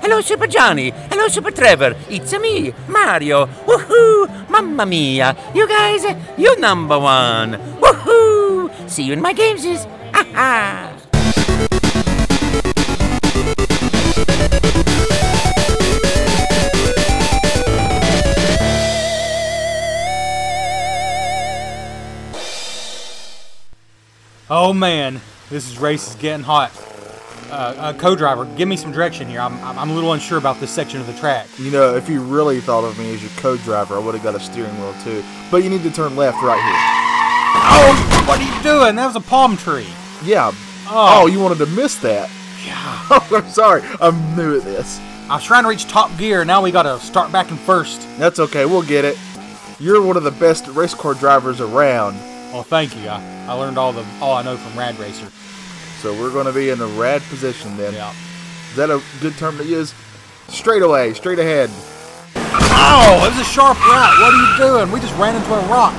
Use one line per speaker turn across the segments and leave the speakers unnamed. Hello, Super Johnny. Hello, Super Trevor. It's me, Mario. Woohoo! Mamma mia! You guys, you number one. Woohoo! See you in my games. Ha ha!
Oh man, this race is getting hot. Uh, uh, co-driver, give me some direction here. I'm, I'm I'm a little unsure about this section of the track.
You know, if you really thought of me as your co-driver, I would have got a steering wheel too. But you need to turn left right
Oh, what are you doing? That was a palm tree.
here. Yeah.
Oh.
Oh, you wanted to miss that. Yeah. I'm sorry. I'm new at this.
I was trying to reach top gear. Now we gotta start back in first.
That's okay. We'll get it. You're one of the best race car drivers around.
Well, Oh, thank you. I, I learned all the all I know from Rad Racer.
So we're going to be in a rad position then.
Yeah.
Is that a good term to use? Straight away, straight ahead.
Oh, it was a sharp right. What are you doing? We just ran into a rock.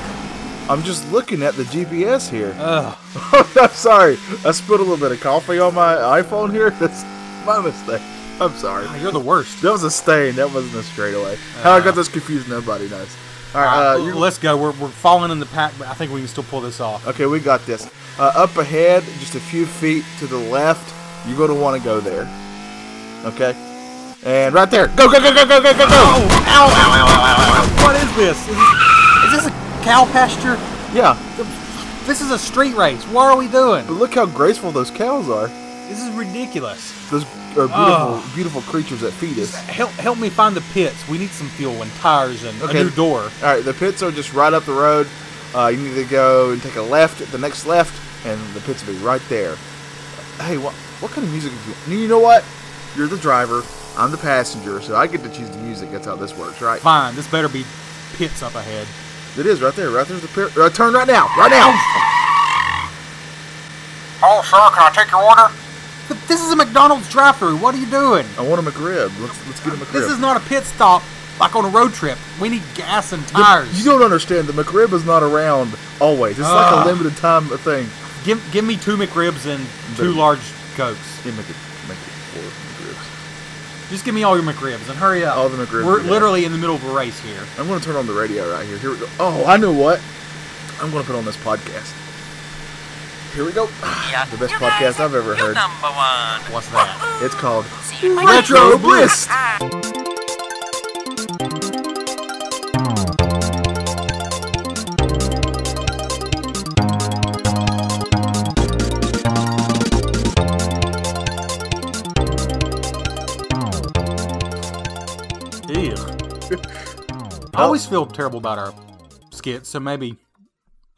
I'm just looking at the GPS here.
Ugh.
I'm sorry. I spilled a little bit of coffee on my iPhone here. That's my mistake. I'm sorry.
God, You're the worst.
That was a stain. That wasn't a straightaway. How I got this confused, nobody knows. All right, uh,
Uh,
you-
let's go. We're, we're falling in the pack, but I think we can still pull this off.
okay, we got this. Uh, up ahead, just a few feet to the left, you're going to want to go there. Okay, and right there. Go, go, go, go, go, go, go,
Oh,
go.
ow, ow, ow, ow, ow, ow. What is this? Is this, is this a cow pasture?
Yeah,
This is a street race. What are we doing?
but look how graceful those cows are.
This is ridiculous.
Those are beautiful,
Oh.
beautiful creatures that feed us.
Help, help me find the pits. We need some fuel and tires and
Okay.
a new door.
All right, the pits are just right up the road. Uh, you need to go and take a left at the next left, and the pits will be right there. Hey, what what kind of music? Is you, you know what? You're the driver. I'm the passenger, so I get to choose the music. That's how this works, right?
Fine. This better be pits up ahead.
It is right there. Right there's the pit. Uh, turn right now. Right now.
Oh, sir, can I take your order? But this is a McDonald's drive-through. What are you doing?
I want a McRib. Let's let's get a McRib.
This is not a pit stop like on a road trip. We need gas and
The-
tires.
you don't understand. The McRib is not around always. It's like
Ugh.
a limited time thing.
give, give me two McRibs and two
Boom.
large cokes.
Yeah, make it, make it four McRibs.
Just give me all your McRibs and hurry up.
All the McRibs
We're
you got.
literally in the middle of a race here.
I'm gonna turn on the radio right here. Here we go. Oh, I know what. I'm gonna put on this podcast. Here we go.
Yeah.
The best
You
podcast
guys,
I've ever
you
heard.
number one.
What's that?
It's called
See you in my games. Ah.
Retro Bliss.
Ew. I always feel terrible about our skits, so maybe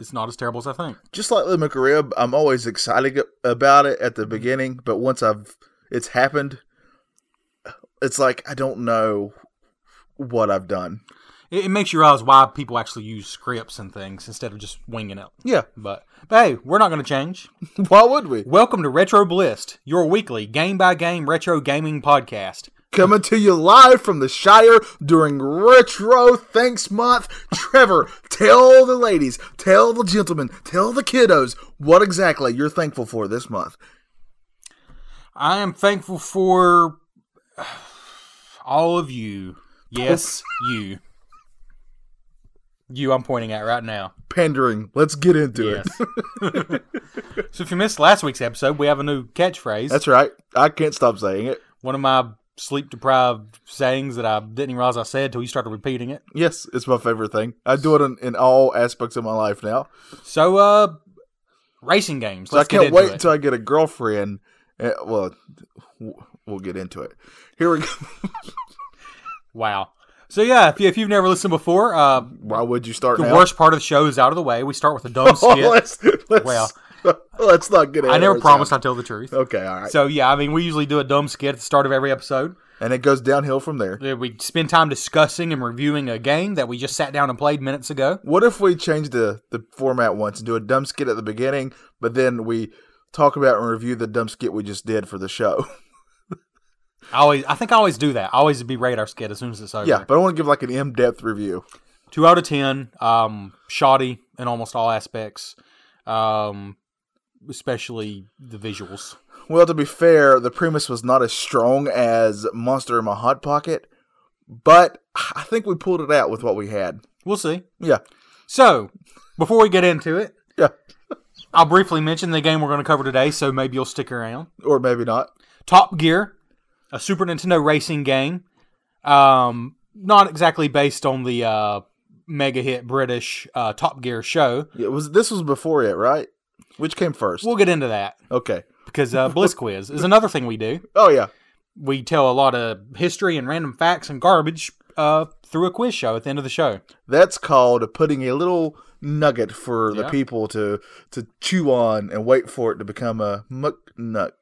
it's not as terrible as I think.
Just like the McRib, I'm always excited about it at the beginning, but once I've it's happened, it's like I don't know what I've done.
It, it makes you realize why people actually use scripts and things instead of just winging it.
Yeah.
But, but hey, we're not going to change.
Why would we?
Welcome to Retro Blist, your weekly game by game retro gaming podcast.
Coming to you live from the Shire during Retro Thanks Month. Trevor, tell the ladies, tell the gentlemen, tell the kiddos what exactly you're thankful for this month.
I am thankful for all of you. Yes, you. You, I'm pointing at right now.
Pandering. Let's get into it.
Yes. so if you missed last week's episode, we have a new catchphrase.
That's right. I can't stop saying it.
one of my sleep deprived sayings that I didn't even realize I said till you started repeating it.
Yes, it's my favorite thing. I do it in, in all aspects of my life now.
So, uh, racing games.
So I
Let's
can't
get
wait
into it.
until I get a girlfriend. Eh, well, w- we'll get into it. Here we go.
wow. So yeah, if, you, if you've never listened before, uh,
Why would you start
the
now?
worst part of the show is out of the way. We start with a dumb
Oh,
skit.
let's, let's,
Well.
let's not get into
I never
it.
promised I'd tell the truth.
Okay, all right.
So yeah, I mean, we usually do a dumb skit at the start of every episode.
and it goes downhill from there.
Uh, We spend time discussing and reviewing a game that we just sat down and played minutes ago.
What if we change the, the format once and do a dumb skit at the beginning, but then we talk about and review the dumb skit we just did for the show?
I always, I think I always do that. I always berate our skit as soon as it's over.
yeah, but I want to give like an in depth review.
two out of ten. Um, shoddy in almost all aspects, um, especially the visuals.
Well, to be fair, the Primus was not as strong as Monster in My Hot Pocket, but I think we pulled it out with what we had.
We'll see.
Yeah.
So, before we get into it,
Yeah.
I'll briefly mention the game we're going to cover today, so maybe you'll stick around.
Or maybe not.
Top Gear, a Super Nintendo racing game. Um, not exactly based on the uh, mega hit British uh, Top Gear show.
It was this was before it, right? Which came first?
We'll get into that
okay.
because uh, Bliss Quiz is another thing we do.
Oh yeah.
We tell a lot of history and random facts and garbage uh, through a quiz show at the end of the show.
That's called putting a little nugget for the
Yeah.
people to to chew on and wait for it to become a McNug.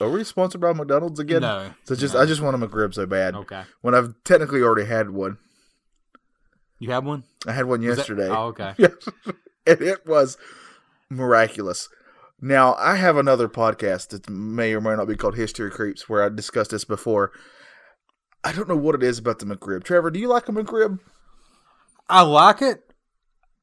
Are we sponsored by McDonald's again?
No.
So just I just want a McRib so bad.
Okay.
When I've technically already had one.
You have one?
I had one
Is that-
yesterday.
oh, okay.
and it was miraculous. Now, I have another podcast that may or may not be called History Creeps, where I discussed this before. I don't know what it is about the McRib. Trevor, do you like a McRib?
I like it,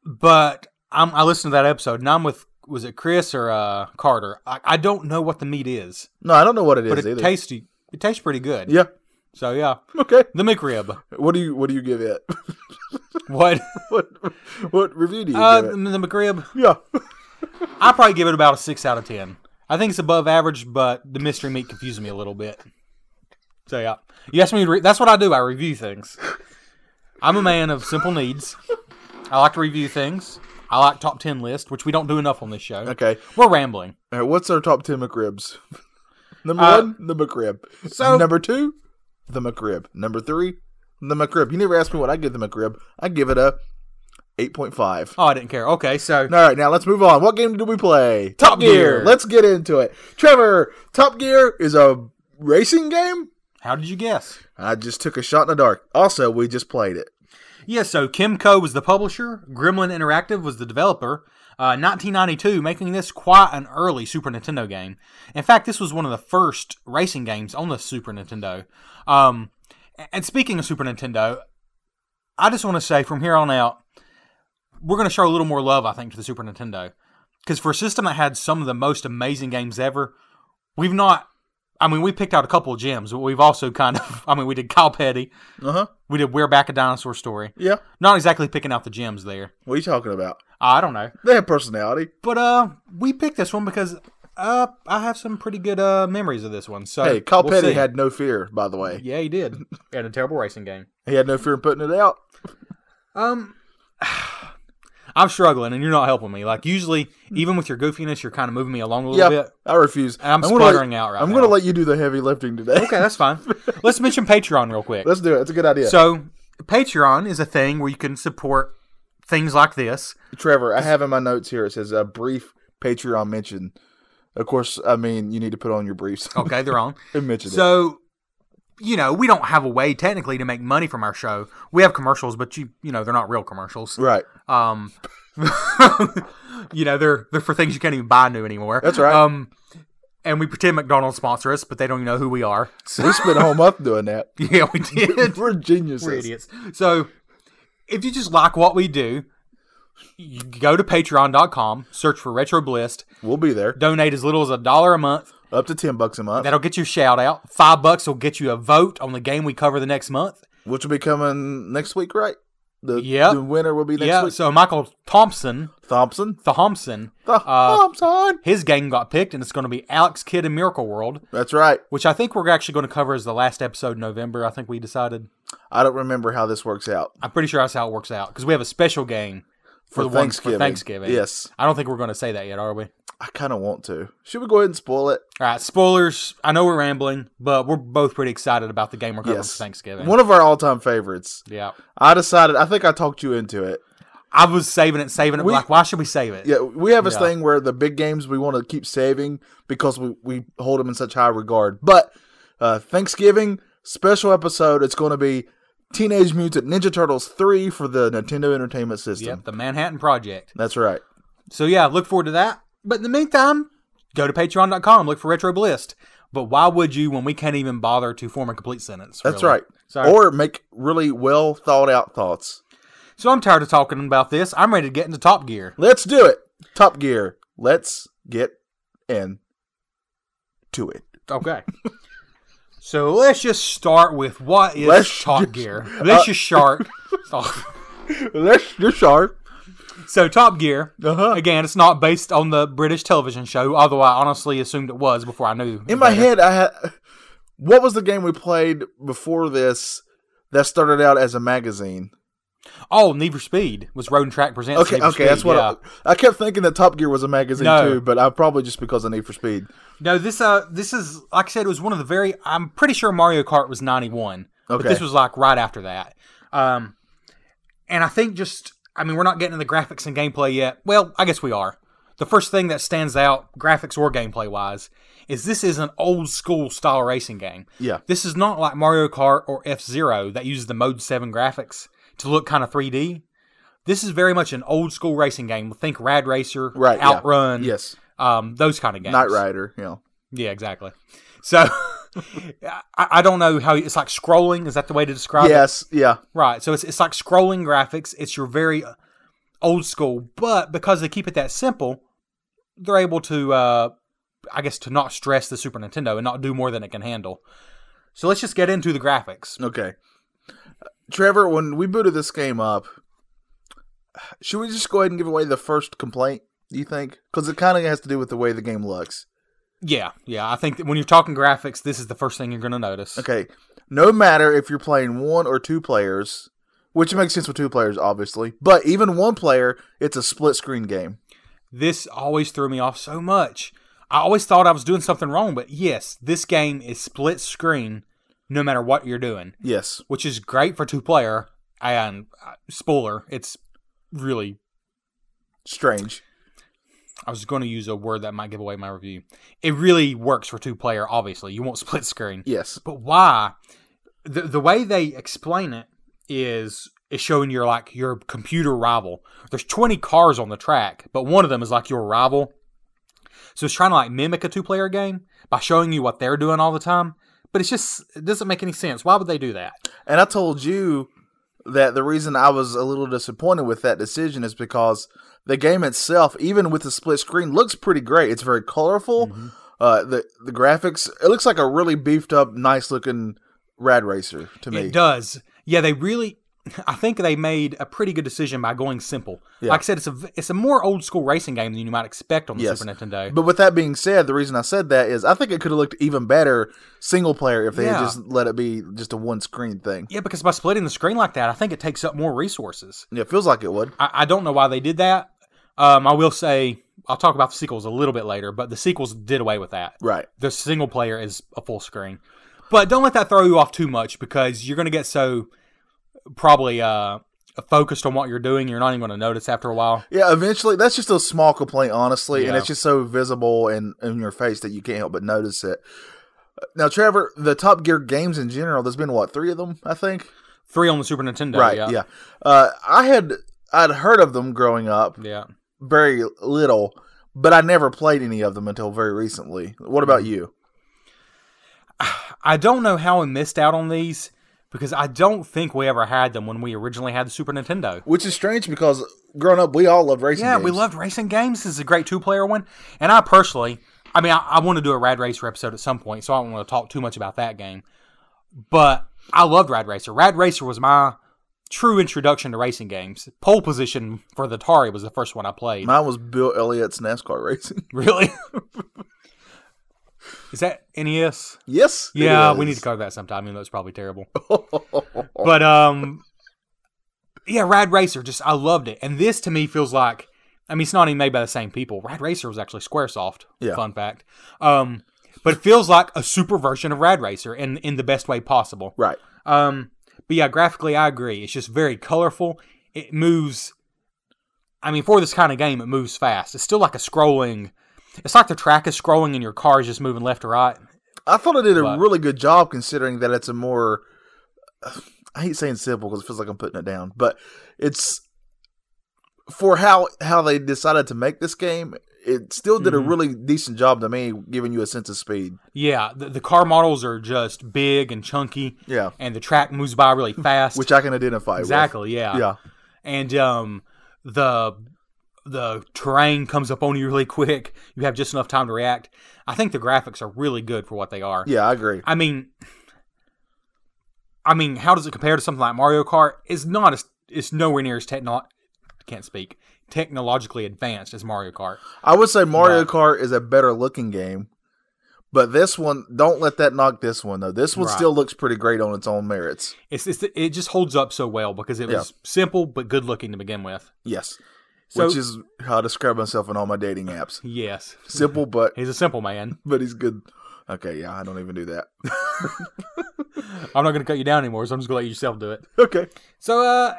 but I'm, I listened to that episode and I'm with was it Chris or uh, Carter? I, I don't know what the meat is,
No, I don't know what it is
but it
either.
tastes it tastes pretty good.
yeah.
So yeah,
Okay.
the McRib.
What do you What do you give it?
What?
what What review do you
Uh, the
give it?
McRib.
Yeah.
I probably give it about a six out of ten. I think it's above average, but the mystery meat confuses me a little bit. So yeah, you asked me. To re- that's what I do. I review things. I'm a man of simple needs. I like to review things. I like top ten list, which we don't do enough on this show.
Okay.
We're rambling.
All right, what's our top ten McRibs? Number
Uh,
one, the McRib.
so-
number two, the McRib. Number three, the McRib. You never asked me what I give the McRib. I give it a eight point five.
Oh, I didn't care. Okay, so
All right, now let's move on. What game do we play?
Top Gear.
Let's get into it. Trevor, Top Gear is a racing game?
how did you guess?
I just took a shot in the dark. Also, we just played it.
Yeah, so Kimco was the publisher, Gremlin Interactive was the developer. Uh, 1992, making this quite an early Super Nintendo game. In fact, this was one of the first racing games on the Super Nintendo. Um, and speaking of Super Nintendo, I just want to say from here on out, we're going to show a little more love, I think, to the Super Nintendo. Because for a system that had some of the most amazing games ever, we've not. I mean, we picked out a couple of gems, but we've also kind of. I mean, we did Kyle Petty.
Uh huh.
We did We're Back a Dinosaur Story.
Yeah.
Not exactly picking out the gems there.
What are you talking about?
I don't know.
They have personality.
But uh we picked this one because uh I have some pretty good uh memories of this one. So
Hey, Kyle
we'll
Petty
see.
had no fear, by the way.
Yeah, he did. and a terrible racing game.
He had no fear in putting it out.
Um I'm struggling and you're not helping me. Like usually even with your goofiness you're kind of moving me along a
Yeah,
little bit.
I refuse.
And I'm
gonna let-
sputtering out right
I'm
now.
going to let you do the heavy lifting today.
Okay, that's fine. Let's mention Patreon real quick.
Let's do it. It's a good idea.
So Patreon is a thing where you can support things like this.
Trevor, I have in my notes here, it says a brief Patreon mention. Of course, I mean, you need to put on your briefs.
Okay, they're on.
and mention it.
So, you know, we don't have a way technically to make money from our show. We have commercials, but you you know they're not real commercials.
Right.
Um, you know they're they're for things you can't even buy new anymore.
That's right.
Um, and we pretend McDonald's sponsor us, but they don't even know who we are. So
We spent a whole month doing that.
yeah, we did.
We're geniuses.
We're idiots. So if you just like what we do. You go to patreon.com, search for Retro Blist,
We'll be there.
donate as little as a dollar a month,
Up to ten bucks a month,
That'll get you a shout out. Five bucks will get you a vote on the game we cover the next month.
which will be coming next week, right? The,
Yep.
the winner will be next
yeah.
week.
So Michael Thompson,
Thompson.
Thompson,
Th-
Uh,
Thompson.
his game got picked, and it's going to be Alex Kidd in Miracle World,
That's right.
which I think we're actually going to cover as the last episode in November. I think we decided.
I don't remember how this works out.
I'm pretty sure that's how it works out because we have a special game for,
For
the ones for
Thanksgiving.
Thanksgiving.
Yes.
I don't think we're going to say that yet, are we?
I kind of want to. Should we go ahead and spoil it?
All right. Spoilers. I know we're rambling, but we're both pretty excited about the game we're covering
Yes.
for Oh, Thanksgiving.
One of our all-time favorites.
yeah.
I decided. I think I talked you into it.
I was saving it, saving it.
We-
like, why should we save it?
Yeah, we have this
Yeah.
thing where the big games we want to keep saving because we, we hold them in such high regard. But uh, Thanksgiving special episode, it's going to be Teenage Mutant Ninja Turtles 3 for the Nintendo Entertainment System.
Yep. The Manhattan Project.
That's right.
So yeah, look forward to that. But in the meantime, go to patreon.com, look for Retro Blist. But why would you when we can't even bother to form a complete sentence?
That's
really?
right.
Sorry.
Or make really well thought out thoughts.
So I'm tired of talking about this. I'm ready to get into Top Gear.
Let's do it. Top Gear. Let's get in to it.
Okay. so let's just start with what is
Let's
Top
just- uh,
Gear? Let's just shark.
Unless you're sharp.
so Top Gear.
Uh-huh.
Again, it's not based on the British television show, although I honestly assumed it was before I knew.
In my
better.
head, I had. What was the game we played before this that started out as a magazine?
Oh, Need for Speed was Road and Track presents.
Okay,
Need for
okay,
Speed,
that's what
yeah.
I, I kept thinking that Top Gear was a magazine
No.
too, but I probably just because of Need for Speed.
No, this uh, this is like I said, it was one of the very. I'm pretty sure Mario Kart was '91, but
Okay.
this was like right after that. Um, and I think just, I mean, we're not getting into the graphics and gameplay yet. Well, I guess we are. The first thing that stands out, graphics or gameplay wise, is this is an old school style racing game.
Yeah.
This is not like Mario Kart or F Zero that uses the Mode 7 graphics to look kind of 3D. This is very much an old school racing game. Think Rad Racer,
Right, yeah.
Outrun,
Yes,
um, those kind of games.
Knight Rider. You know,
Yeah, exactly. So I, I don't know how it's like scrolling. Is that the way to describe it?
yes, yeah,
Right. So it's it's like scrolling graphics. It's your very uh, old school, but because they keep it that simple, they're able to, uh, I guess, to not stress the Super Nintendo and not do more than it can handle. So let's just get into the graphics.
okay. Trevor, when we booted this game up, should we just go ahead and give away the first complaint? Do you think? Because it kind of has to do with the way the game looks.
Yeah, yeah. I think that when you're talking graphics, this is the first thing you're going to notice.
Okay, no matter if you're playing one or two players, which makes sense with two players, obviously, but even one player, it's a split screen game.
This always threw me off so much. I always thought I was doing something wrong, but yes, this game is split screen no matter what you're doing,
Yes,
which is great for two player. And uh, spoiler, it's really
strange.
I was going to use a word that might give away my review. It really works for two player, obviously. You want split screen.
Yes,
But why? The the way they explain it is is showing your like your computer rival. There's 20 cars on the track, but one of them is like your rival. So it's trying to like mimic a two player game by showing you what they're doing all the time. But it's just it doesn't make any sense. Why would they do that?
And I told you that the reason I was a little disappointed with that decision is because the game itself, even with the split screen, looks pretty great. It's very colorful.
Mm-hmm.
Uh, the the graphics, it looks like a really beefed up, nice looking Rad Racer to me.
It does. Yeah, they really. I think they made a pretty good decision by going simple. Like I said, it's a v- it's a more old school racing game than you might expect on the
Yes.
Super Nintendo.
But with that being said, the reason I said that is I think it could have looked even better single player if they
Yeah.
had just let it be just a one screen thing.
yeah, because by splitting the screen like that, I think it takes up more resources.
Yeah, it feels like it would.
I, I don't know why they did that. Um, I will say I'll talk about the sequels a little bit later, but the sequels did away with that.
Right.
The single player is a full screen, but don't let that throw you off too much because you're going to get so probably uh, focused on what you're doing, you're not even going to notice after a while.
Yeah, eventually that's just a small complaint, honestly, and
Yeah.
it's just so visible and in your face that you can't help but notice it. Now, Trevor, the Top Gear games in general, there's been what three of them, I think.
Three on the Super Nintendo,
right? Yeah. Uh, I had I'd heard of them growing up,
Yeah.
very little, but I never played any of them until very recently. What about
Mm-hmm.
you?
I don't know how I missed out on these because I don't think we ever had them when we originally had the Super Nintendo.
Which is strange because growing up, we all loved racing.
Yeah, we
games.
loved racing games. This is a great two player one. And I personally, I mean, I, I want to do a Rad Racer episode at some point, so I don't want to talk too much about that game. But I loved Rad Racer. Rad Racer was my true introduction to racing games. Pole position for the Atari was the first one I played.
Mine was Bill Elliott's NASCAR racing.
really? is that E NES?
yes. it
Yeah, we need
is.
to cover that sometime. Even though it's probably terrible. but um, yeah, Rad Racer. Just I loved it, and this to me feels like. I mean, it's not even made by the same people. Rad Racer was actually SquareSoft.
Yeah.
Fun fact. Um, but it feels like a super version of Rad Racer, in in the best way possible.
Right.
Um, but yeah, graphically, I agree. It's just very colorful. It moves. I mean, for this kind of game, it moves fast. It's still like a scrolling. It's like the track is scrolling and your car is just moving left or right.
I thought I did a
But-
really good job considering that it's a more. I hate saying simple because it feels like I'm putting it down, but it's for how how they decided to make this game. It still did
Mm-hmm.
a really decent job to me, giving you a sense of speed.
Yeah, the, the car models are just big and chunky.
Yeah.
and the track moves by really fast.
Which I can identify
exactly, yeah,
with. Yeah,
And um, the the terrain comes up on you really quick. You have just enough time to react. I think the graphics are really good for what they are.
Yeah, I agree.
I mean, I mean, how does it compare to something like Mario Kart? It's not as it's nowhere near as techno. Can't speak technologically advanced as Mario Kart.
I would say Mario Kart is a better looking game, but this one don't let that knock this one though. This one
Right.
still looks pretty great on its own merits.
It's, it's it just holds up so well because it
Yeah.
was simple but good looking to begin with.
Yes,
So
which is how I describe myself in all my dating apps.
yes,
Simple, but
he's a simple man.
but he's good. Okay, yeah, I don't even do that.
I'm not going to cut you down anymore, so I'm just going to let yourself do it.
okay.
So uh,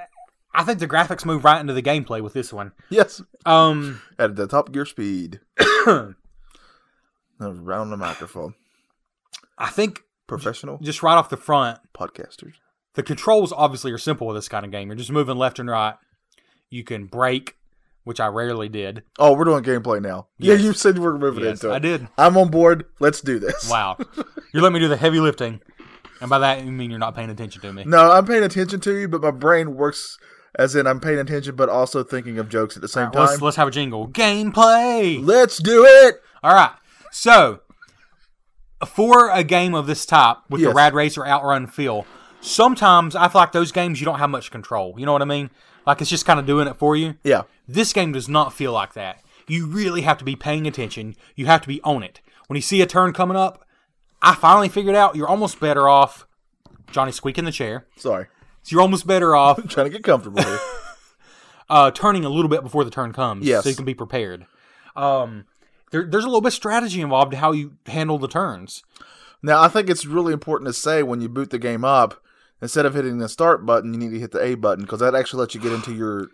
I think the graphics move right into the gameplay with this one.
Yes.
Um,
At the top of your speed. That was right on the microphone.
I think
Professional
just right off the front,
podcasters.
the controls obviously are simple with this kind of game. You're just moving left and right. You can break, which I rarely did.
Oh, we're doing gameplay now.
Yes.
Yeah, you said we're moving
Yes,
into it.
I did.
I'm on board. Let's do this.
Wow, you let me do the heavy lifting, and by that you mean you're not paying attention to me.
No, I'm paying attention to you, but my brain works as in I'm paying attention, but also thinking of jokes at the same time.
Let's let's have a jingle gameplay.
Let's do it.
All right. So, for a game of this type with the
Yes.
Rad Race or Outrun feel, sometimes I feel like those games you don't have much control. You know what I mean? Like it's just kind of doing it for you.
Yeah.
This game does not feel like that. You really have to be paying attention. You have to be on it. When you see a turn coming up, I finally figured out you're almost better off. Johnny squeak in the chair.
Sorry.
So you're almost better off
Trying to get comfortable here.
uh, turning a little bit before the turn comes,
Yes.
so you can be prepared. Um, there, there's a little bit of strategy involved to how you handle the turns.
now, I think it's really important to say when you boot the game up, instead of hitting the start button, you need to hit the A button because that actually lets you get into your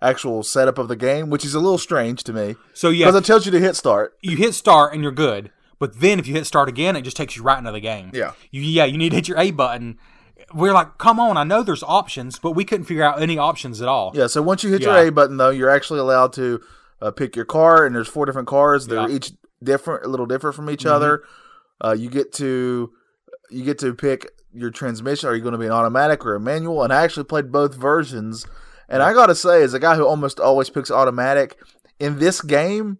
actual setup of the game, which is a little strange to me
So yeah,
because it tells you to hit start.
you hit start and you're good, but then if you hit start again, it just takes you right into the game.
Yeah.
you, yeah, you need to hit your A button. We're like, come on! I know there's options, but we couldn't figure out any options at all.
Yeah, so once you hit
Yeah.
your A button, though, you're actually allowed to uh, pick your car, and there's four different cars. They're
Yeah. Mm-hmm.
each different, a little different from each other. Uh, you get to you get to pick your transmission. Are you going to be an automatic or a manual? And I actually played both versions, and I gotta say, as a guy who almost always picks automatic in this game.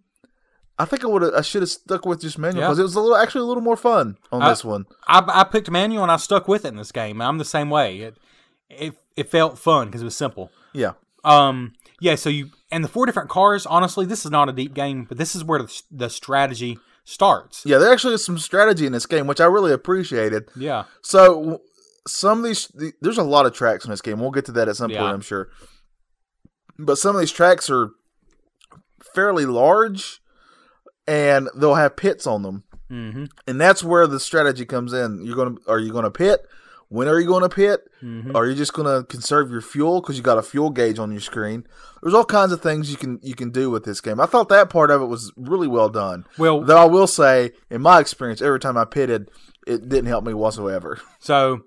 I think I would I should have stuck with just manual
Yeah.
because it was a little actually a little more fun on
I-
this one.
I, I picked manual and I stuck with it in this game. I'm the same way. It it, it felt fun because it was simple.
Yeah,
Um, yeah, so you and the four different cars. Honestly, this is not a deep game, but this is where the, the strategy starts.
yeah. There actually is some strategy in this game, which I really appreciated.
Yeah,
So w- some of these, the- there's a lot of tracks in this game. We'll get to that at some
Yeah.
point, I'm sure. But some of these tracks are fairly large, and they'll have pits on them,
hmm
and that's where the strategy comes in. You're gonna, are you gonna pit? When are you gonna pit?
hmm
Are you just gonna conserve your fuel because you got a fuel gauge on your screen? There's all kinds of things you can you can do with this game. I thought that part of it was really well done.
Well,
Though I will say, in my experience, every time I pitted, it didn't help me whatsoever.
so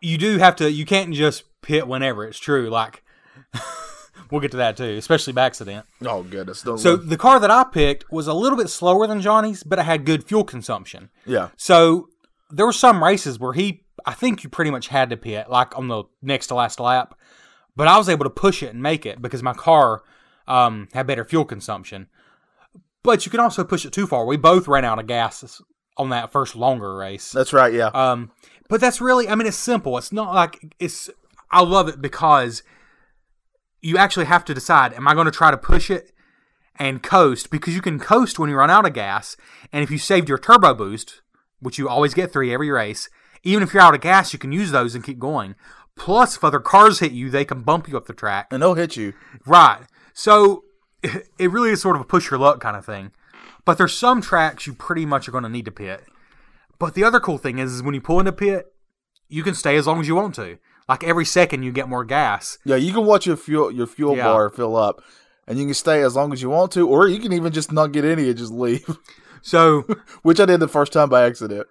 you do have to. You can't just pit whenever. It's true. Like we'll get to that too, especially by accident.
Oh goodness! Don't
So the car that I picked was a little bit slower than Johnny's, but it had good fuel consumption.
Yeah.
So there were some races where he, I think you pretty much had to pit, like on the next to last lap. But I was able to push it and make it because my car um, had better fuel consumption. But you can also push it too far. We both ran out of gas on that first longer race.
That's right, yeah.
Um, but that's really, I mean, it's simple. It's not like it's. I love it because you actually have to decide: Am I going to try to push it and coast? Because you can coast when you run out of gas, and if you saved your turbo boost, which you always get three every race, even if you're out of gas, you can use those and keep going. Plus, if other cars hit you, they can bump you up the track.
and they'll hit you.
Right. So it really is sort of a push your luck kind of thing. But there's some tracks you pretty much are going to need to pit. But the other cool thing is, is when you pull into pit, you can stay as long as you want to. Like every second you get more gas.
Yeah, you can watch your fuel your fuel
Yeah.
bar fill up, and you can stay as long as you want to, or you can even just not get any and just leave,
So
which I did the first time by accident.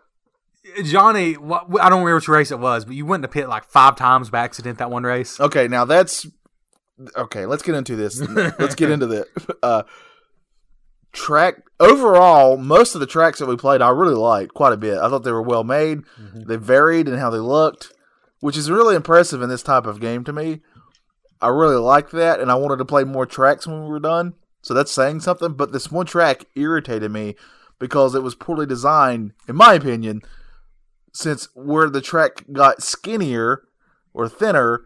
Johnny, wha- I don't remember which race it was, but you went to pit like five times by accident that one race.
Okay, now that's okay. Let's get into this. let's get into the uh, track. Overall, most of the tracks that we played, I really liked quite a bit. I thought they were well made. They varied in how they looked, which is really impressive in this type of game to me. I really liked that, and I wanted to play more tracks when we were done. So that's saying something. But this one track irritated me because it was poorly designed, in my opinion. Since where the track got skinnier or thinner,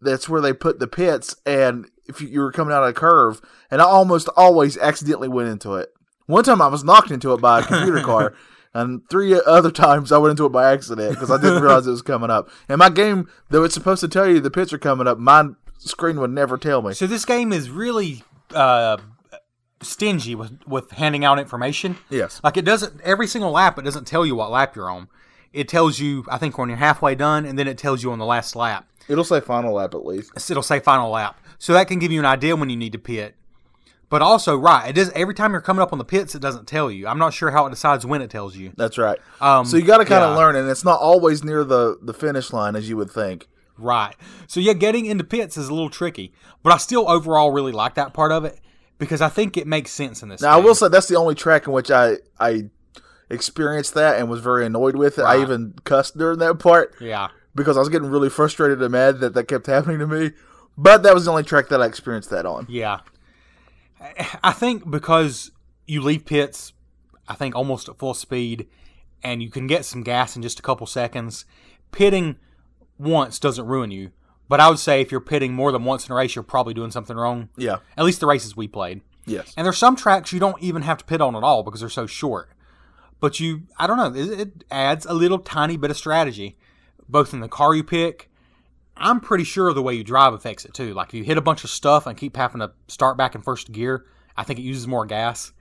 that's where they put the pits, and if you, you were coming out of a curve, and I almost always accidentally went into it. One time I was knocked into it by a computer car, and three other times I went into it by accident because I didn't realize it was coming up. And my game, though it's supposed to tell you the pits are coming up, my screen would never tell me.
So this game is really uh, stingy with with handing out information.
Yes.
Like it doesn't every single lap. It doesn't tell you what lap you're on. It tells you, I think, when you're halfway done, and then it tells you on the last lap.
It'll say final lap at least.
It'll say final lap, so that can give you an idea when you need to pit. But also, right, it does every time you're coming up on the pits, it doesn't tell you. I'm not sure how it decides when it tells you.
That's right.
Um,
so you got to kind of
yeah.
learn, and it's not always near the the finish line as you would think.
Right. So yeah, getting into pits is a little tricky, but I still overall really like that part of it because I think it makes sense in this.
Now I
game.
will say that's the only track in which I I experienced that and was very annoyed with it. I even cussed during that part
Yeah.
because I was getting really frustrated and mad that that kept happening to me. But that was the only track that I experienced that on.
Yeah. I- I think because you leave pits, I think almost at full speed, and you can get some gas in just a couple seconds, pitting once doesn't ruin you. But I would say if you're pitting more than once in a race, you're probably doing something wrong.
Yeah.
At least the races we played.
Yes.
And there's some tracks you don't even have to pit on at all because they're so short. But you, I don't know, it, it adds a little tiny bit of strategy, both in the car you pick. I'm pretty sure the way you drive affects it too. Like if you hit a bunch of stuff and keep having to start back in first gear, I think it uses more gas.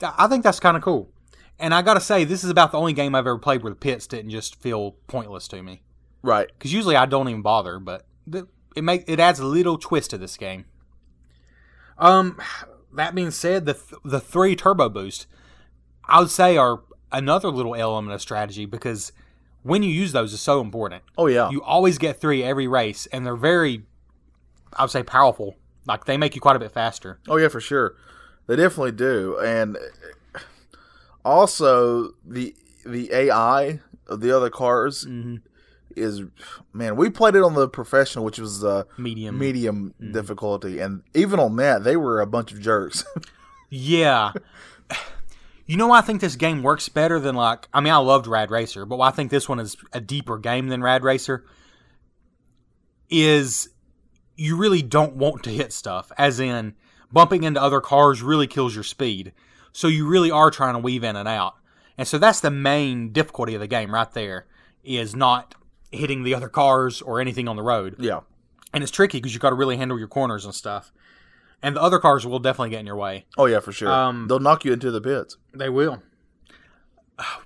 Th- I think that's kind of cool. And I gotta say, this is about the only game I've ever played where the pits didn't just feel pointless to me.
Right.
Because usually I don't even bother, but th- it make it adds a little twist to this game. Um, that being said, the th- the three turbo boost, I would say, are another little element of strategy because when you use those is so important.
Oh yeah.
You always get three every race, and they're very, I would say, powerful. Like they make you quite a bit faster.
Oh yeah, for sure. They definitely do, and also the the AI of the other cars
Mm-hmm.
is man. We played it on the professional, which was uh,
Medium.
medium
Mm-hmm.
difficulty, and even on that, they were a bunch of jerks.
Yeah. You know, why I think this game works better than like. I mean, I loved Rad Racer, but why I think this one is a deeper game than Rad Racer is you really don't want to hit stuff, as in bumping into other cars really kills your speed. So you really are trying to weave in and out, and so that's the main difficulty of the game right there is not hitting the other cars or anything on the road
yeah,
and it's tricky because you got to really handle your corners and stuff. And the other cars will definitely get in your way.
oh yeah, for sure.
Um,
They'll knock you into the pits.
They will.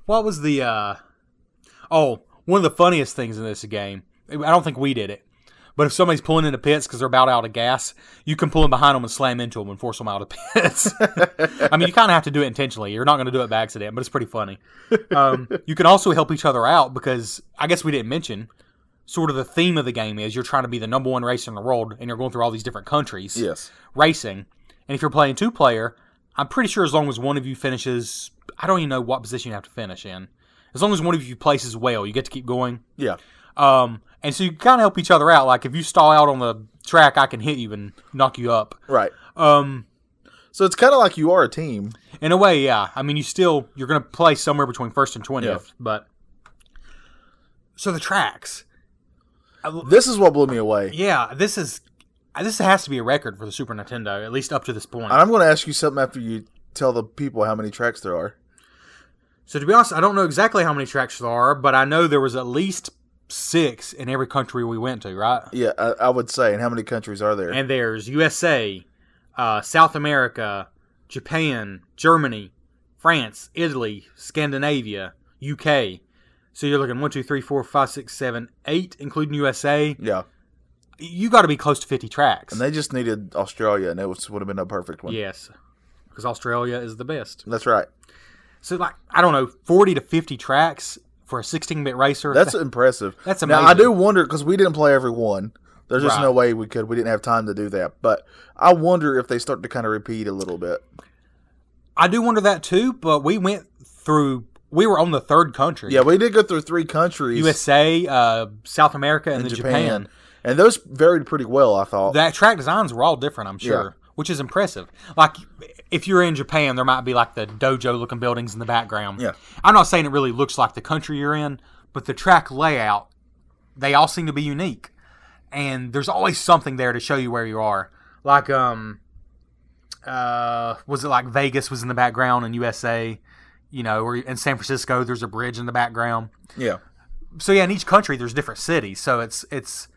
What was the uh Oh, one of the funniest things in this game. I don't think we did it. But if somebody's pulling into pits because they're about out of gas, you can pull in behind them and slam into them and force them out of pits. I mean, you kind of have to do it intentionally. You're not going to do it by accident, but it's pretty funny. Um, you can also help each other out because I guess we didn't mention sort of the theme of the game is you're trying to be the number one racer in the world and you're going through all these different countries
Yes,
racing. And if you're playing two player, I'm pretty sure as long as one of you finishes, I don't even know what position you have to finish in. As long as one of you places well, you get to keep going.
yeah,
Um, and so you kind of help each other out. Like if you stall out on the track, I can hit you and knock you up.
right.
Um,
So it's kind of like you are a team.
in a way, yeah. I mean, you still you're going to play somewhere between first and twentieth, but so the tracks.
This is what blew me away.
Yeah, this is this has to be a record for the Super Nintendo, at least up to this point.
And I'm going to ask you something after you tell the people how many tracks there are.
So to be honest, I don't know exactly how many tracks there are, but I know there was at least six in every country we went to, right?
Yeah, I, I would say. And how many countries are there?
And there's USA, uh, South America, Japan, Germany, France, Italy, Scandinavia, UK. So you're looking one, two, three, four, five, six, seven, eight, including USA.
yeah,
You got to be close to 50 tracks.
and they just needed Australia, and it was, would have been a perfect one.
yes, because Australia is the best.
That's right.
So like I don't know, 40 to 50 tracks for a 16-bit racer.
That's impressive.
That's
Now I
amazing.
do wonder because we didn't play every one. There's just
Right.
no way we could. We didn't have time to do that. But I wonder if they start to kind of repeat a little bit.
I do wonder that too, but we went through. We were on the third country.
Yeah, we did go through three countries.
USA, uh, South America, and, then Japan.
Japan. and those varied pretty well. I thought.
The track designs were all different, I'm sure, which is impressive. Like, if you're in Japan, there might be like the dojo looking buildings in the background.
Yeah.
I'm not saying it really looks like the country you're in, but the track layout, they all seem to be unique. And there's always something there to show you where you are. Like, um, uh, was it like Vegas was in the background and USA, you know, or in San Francisco, there's a bridge in the background
yeah.
so yeah, in each country there's different cities. So it's it's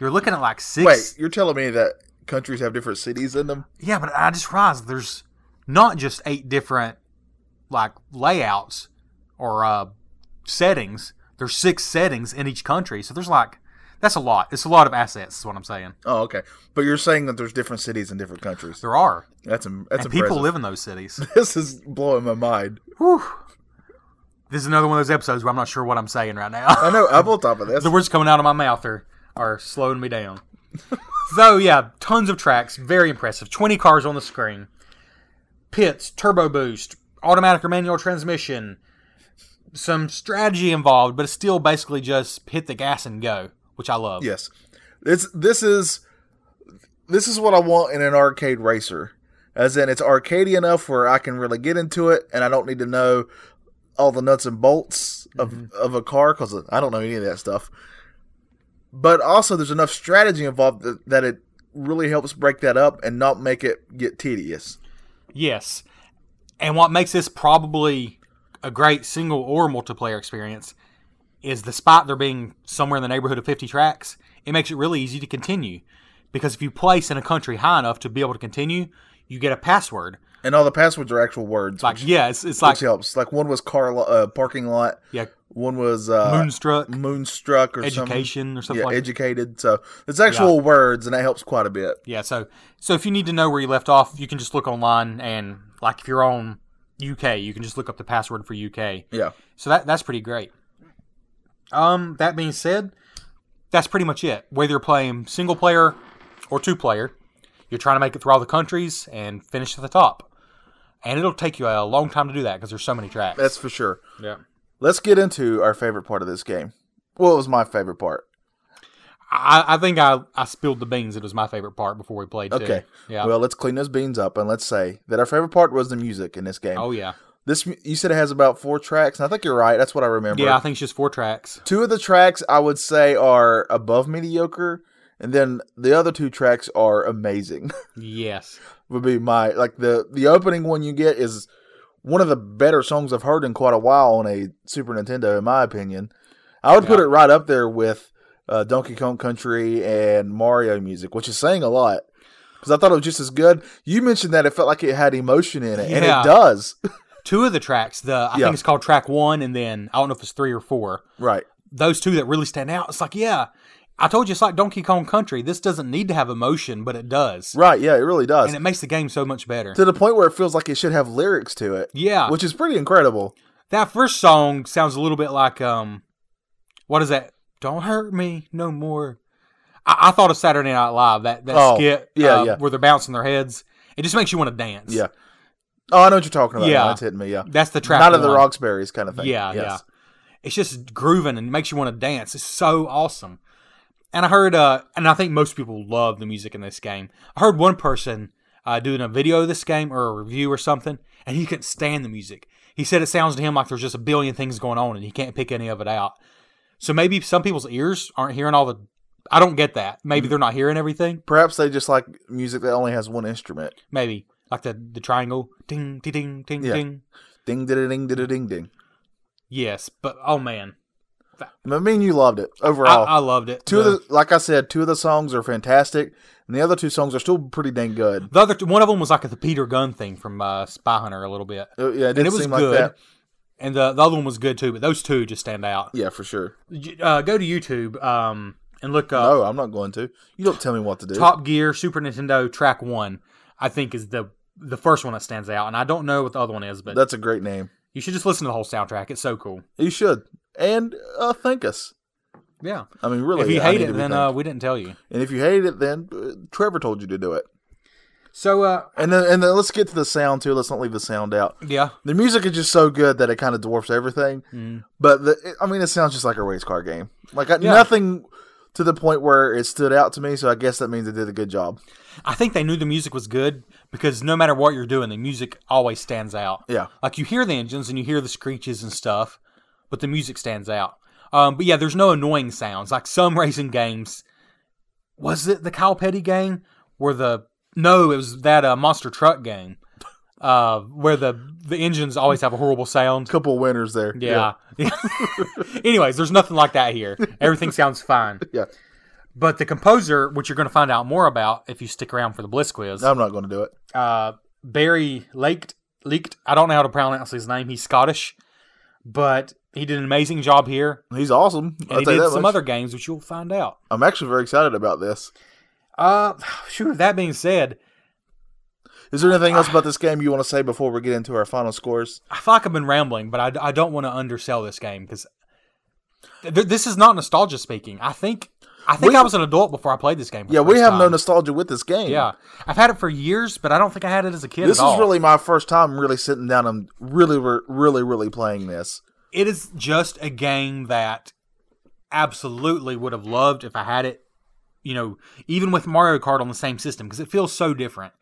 you're looking at like six.
Wait, you're telling me that countries have different cities in them?
Yeah, but I just realized there's not just eight different like layouts or uh, settings. There's six settings in each country. So there's like that's a lot. It's a lot of assets. Is what I'm saying.
Oh, okay. But you're saying that there's different cities in different countries.
There are
That's im- that's
and
impressive.
people live in those cities.
this is blowing my mind.
Whew. This is another one of those episodes where I'm not sure what I'm saying right now.
I know. I'm on top of this.
the words coming out of my mouth are are slowing me down. so yeah, tons of tracks, very impressive. Twenty cars on the screen, pits, turbo boost, automatic or manual transmission, some strategy involved, but it's still basically just hit the gas and go, which I love.
Yes. It's this is this is what I want in an arcade racer. As in it's arcadey enough where I can really get into it and I don't need to know all the nuts and bolts of,
Mm-hmm.
of a car cuz I don't know any of that stuff. But also there's enough strategy involved that, that it really helps break that up and not make it get tedious.
Yes. And what makes this probably a great single or multiplayer experience is despite there being somewhere in the neighborhood of 50 tracks, it makes it really easy to continue. Because if you place in a country high enough to be able to continue, you get a password.
And all the passwords are actual words,
Like,
which,
yeah, it's, it's
which
like,
helps. Like one was car lo- uh, parking lot,
yeah,
one was uh,
Moonstruck,
moonstruck or something.
Education, or something
yeah,
like that.
educated. So it's actual words, and that helps quite a bit.
Yeah, so so if you need to know where you left off, you can just look online and, like, if you're on UK, you can just look up the password for UK.
Yeah,
So that that's pretty great. Um, that being said, that's pretty much it. Whether you're playing single player or two player, you're trying to make it through all the countries and finish at the top. And it'll take you a long time to do that because there's so many tracks.
that's for sure.
yeah.
Let's get into our favorite part of this game. Well, it was my favorite part.
I, I think I, I spilled the beans. It was my favorite part before we played. too.
Okay.
Yeah.
Well, let's clean those beans up and let's say that our favorite part was the music in this game.
oh yeah.
This mu- you said it has about four tracks, and I think you're right. That's what I remember.
Yeah. I think it's just four tracks.
Two of the tracks I would say are above mediocre, and then the other two tracks are amazing.
Yes.
would be my like the the opening one you get is one of the better songs I've heard in quite a while on a Super Nintendo, in my opinion. I would put
Yeah.
it right up there with uh, Donkey Kong Country and Mario music, which is saying a lot because I thought it was just as good. You mentioned that it felt like it had emotion in it, and
Yeah.
it does.
Two of the tracks. The I
Yeah.
think it's called track one, and then I don't know if it's three or four.
right?
those two that really stand out. It's like, yeah, I told you it's like Donkey Kong Country. This doesn't need to have emotion, but it does.
Right? Yeah, it really does.
And it makes the game so much better.
to the point where it feels like it should have lyrics to it,
Yeah.
which is pretty incredible.
that first song sounds a little bit like um what is that? Don't hurt me no more. I, I thought of Saturday Night Live, that, that
Oh,
skit
yeah,
uh,
yeah.
where they're bouncing their heads. It just makes you want to dance.
Yeah. Oh, I know what you're talking about. Yeah,
Yeah.
it's hitting me. Yeah,
That's the track.
not of the
one.
Roxbury's kind of thing.
Yeah, yeah.
Yes.
It's just grooving and makes you want to dance. It's so awesome. And I heard, uh, and I think most people love the music in this game. I heard one person uh, doing a video of this game or a review or something, and he couldn't stand the music. He said it sounds to him like there's just a billion things going on, and he can't pick any of it out. So maybe some people's ears aren't hearing all the. I don't get that.
Mm-hmm.
Maybe they're not hearing everything.
Perhaps they just like music that only has one instrument.
Maybe like the the triangle, ding, ding, ding, ding,
Yeah.
ding.
Ding ding ding ding ding ding.
Yes, but oh man,
I mean, you loved it
I,
overall.
I loved it.
two of the, like I said, two of the songs are fantastic, and the other two songs are still pretty dang good.
The other t- one of them was like the Peter Gunn thing from uh, Spy Hunter a little bit,
Uh, Yeah, it did
and it was
seem like
good.
that.
and uh, the, the other one was good too, but those two just stand out.
Yeah, for sure.
Y- Uh, go to YouTube um, and look up
No, I'm not going to. You don't tell me what to do.
Top Gear Super Nintendo Track One. I think is the the first one that stands out, and I don't know what the other one is, but
That's a great name.
you should just listen to the whole soundtrack. It's so cool.
You should, and uh, thank us.
Yeah.
I mean, really.
if you
I
hate
need
it,
to be
then uh,
thanked.
we didn't tell you.
and if you hate it, then uh, Trevor told you to do it.
So uh,
And then, and then let's get to the sound too. Let's not leave the sound out.
yeah,
The music is just so good that it kind of dwarfs everything. But the, I mean, it sounds just like a race car game. Like I,
Mm-hmm. Yeah.
nothing. to the point where it stood out to me. So I guess that means they did a good job.
I think they knew the music was good because no matter what you're doing, the music always stands out.
Yeah.
Like you hear the engines and you hear the screeches and stuff, but the music stands out. Um, but yeah, there's no annoying sounds. Like some racing games, was it the Kyle Petty game where the no, it was that uh, monster truck game uh, where the the engines always have a horrible sound.
Couple winners there.
Yeah. Anyways, there's nothing like that here. Everything sounds fine.
Yeah.
But the composer, which you're going to find out more about if you stick around for the Bliss quiz,
I'm not going to do it.
uh, Barry Leaked, Leaked, I don't know how to pronounce his name. He's Scottish, but he did an amazing job here.
He's awesome.
And
I'll
he
tell you
did
that
some
much.
other games, which you'll find out.
I'm actually very excited about this.
Uh, sure. That being said,
Is there anything else about this game you want to say before we get into our final scores?
I feel like I've been rambling, but I, I don't want to undersell this game because th- this is not nostalgia speaking. I think I think
We-
I was an adult before I played this game. for the
Yeah, we
first
have
time.
no nostalgia with this game.
Yeah, I've had it for years, but I don't think I had it as a kid.
This
at all.
is really my first time really sitting down and really, re- really, really playing this.
it is just a game that absolutely would have loved if I had it, you know, even with Mario Kart on the same system because it feels so different.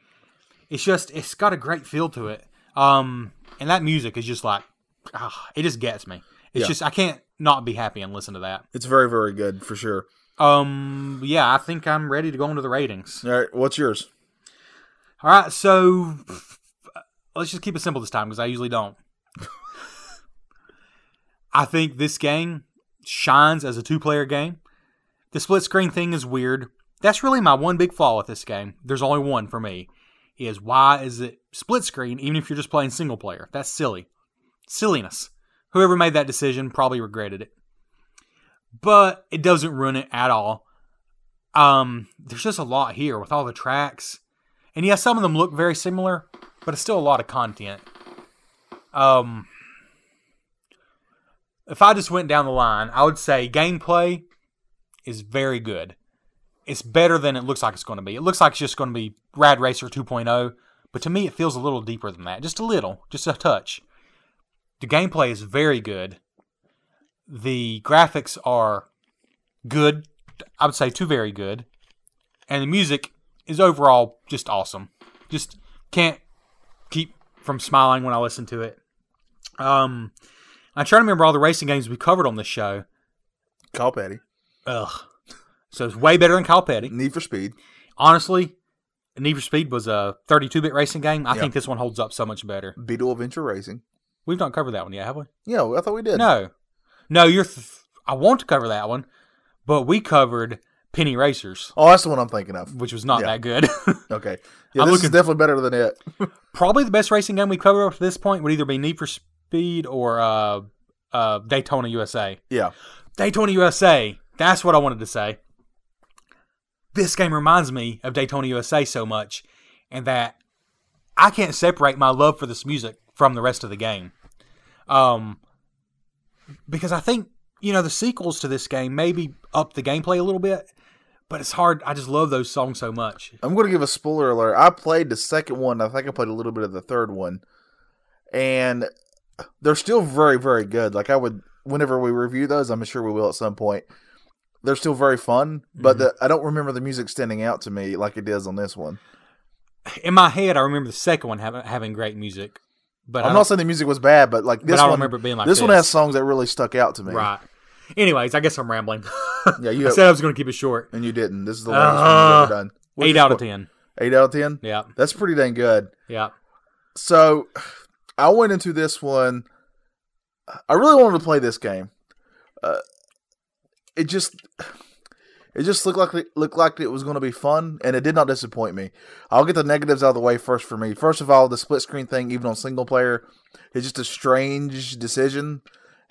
It's just it's got a great feel to it. Um and that music is just like ah, it just gets me. It's
Yeah.
just I can't not be happy and listen to that.
It's very, very good for sure.
Um yeah, I think I'm ready to go into the ratings.
All right, what's yours?
All right, so let's just keep it simple this time because I usually don't. I think this game shines as a two player game. The split screen thing is weird. That's really my one big flaw with this game. There's only one for me is why is it split screen even if you're just playing single player? That's silly. Silliness. Whoever made that decision probably regretted it. But it doesn't ruin it at all. Um there's just a lot here with all the tracks. And yeah, some of them look very similar, but it's still a lot of content. Um, if I just went down the line, I would say gameplay is very good. It's better than it looks like it's going to be. It looks like it's just going to be Rad Racer 2.0, but to me, it feels a little deeper than that. Just a little, just a touch. The gameplay is very good. The graphics are good. I would say two very good and the music is overall just awesome. Just can't keep from smiling when I listen to it. Um, I try to remember all the racing games we covered on the show.
Call Patty.
Ugh, so it's way better than Kyle Petty.
Need for Speed.
Honestly, Need for Speed was a 32-bit racing game. I
Yeah.
think this one holds up so much better.
Beetle Adventure Racing.
We've not covered that one yet, have we?
Yeah, I thought we did.
No, no. You're. Th- I want to cover that one, but we covered Penny Racers,
Oh, that's the one I'm thinking of.
which was not
Yeah.
that good.
Okay. Yeah,
I'm
this is
looking-
definitely better than it.
probably the best racing game we covered up to this point would either be Need for Speed or uh, uh, Daytona USA.
Yeah.
Daytona USA. That's what I wanted to say. This game reminds me of Daytona USA so much, and that I can't separate my love for this music from the rest of the game. Um, because I think you know the sequels to this game maybe up the gameplay a little bit, but it's hard. I just love those songs so much.
I'm going to give a spoiler alert. I played the second one. I think I played a little bit of the third one. And they're still very, very good. Like, I would, whenever we review those, I'm sure we will at some point. They're still very fun, but
Mm-hmm.
the, I don't remember the music standing out to me like it does on this one.
in my head, I remember the second one having, having great music, but I
I'm not
don't-
saying the music was bad, but like this
I don't
one,
remember it being like
this one
this.
has songs that really stuck out to me.
right. Anyways, I guess I'm rambling.
Yeah,
I
you
said I was going to keep it short.
and you didn't. This is the longest
Uh,
one you've ever done. What's
Eight
your
out of
score?
ten.
Eight out of ten.
Yeah,
That's pretty dang good.
yeah.
So I went into this one. I really wanted to play this game. Uh, it just it just looked like it looked like it was going to be fun, and it did not disappoint me. I'll get the negatives out of the way first for me. First of all, the split screen thing, even on single player, is just a strange decision,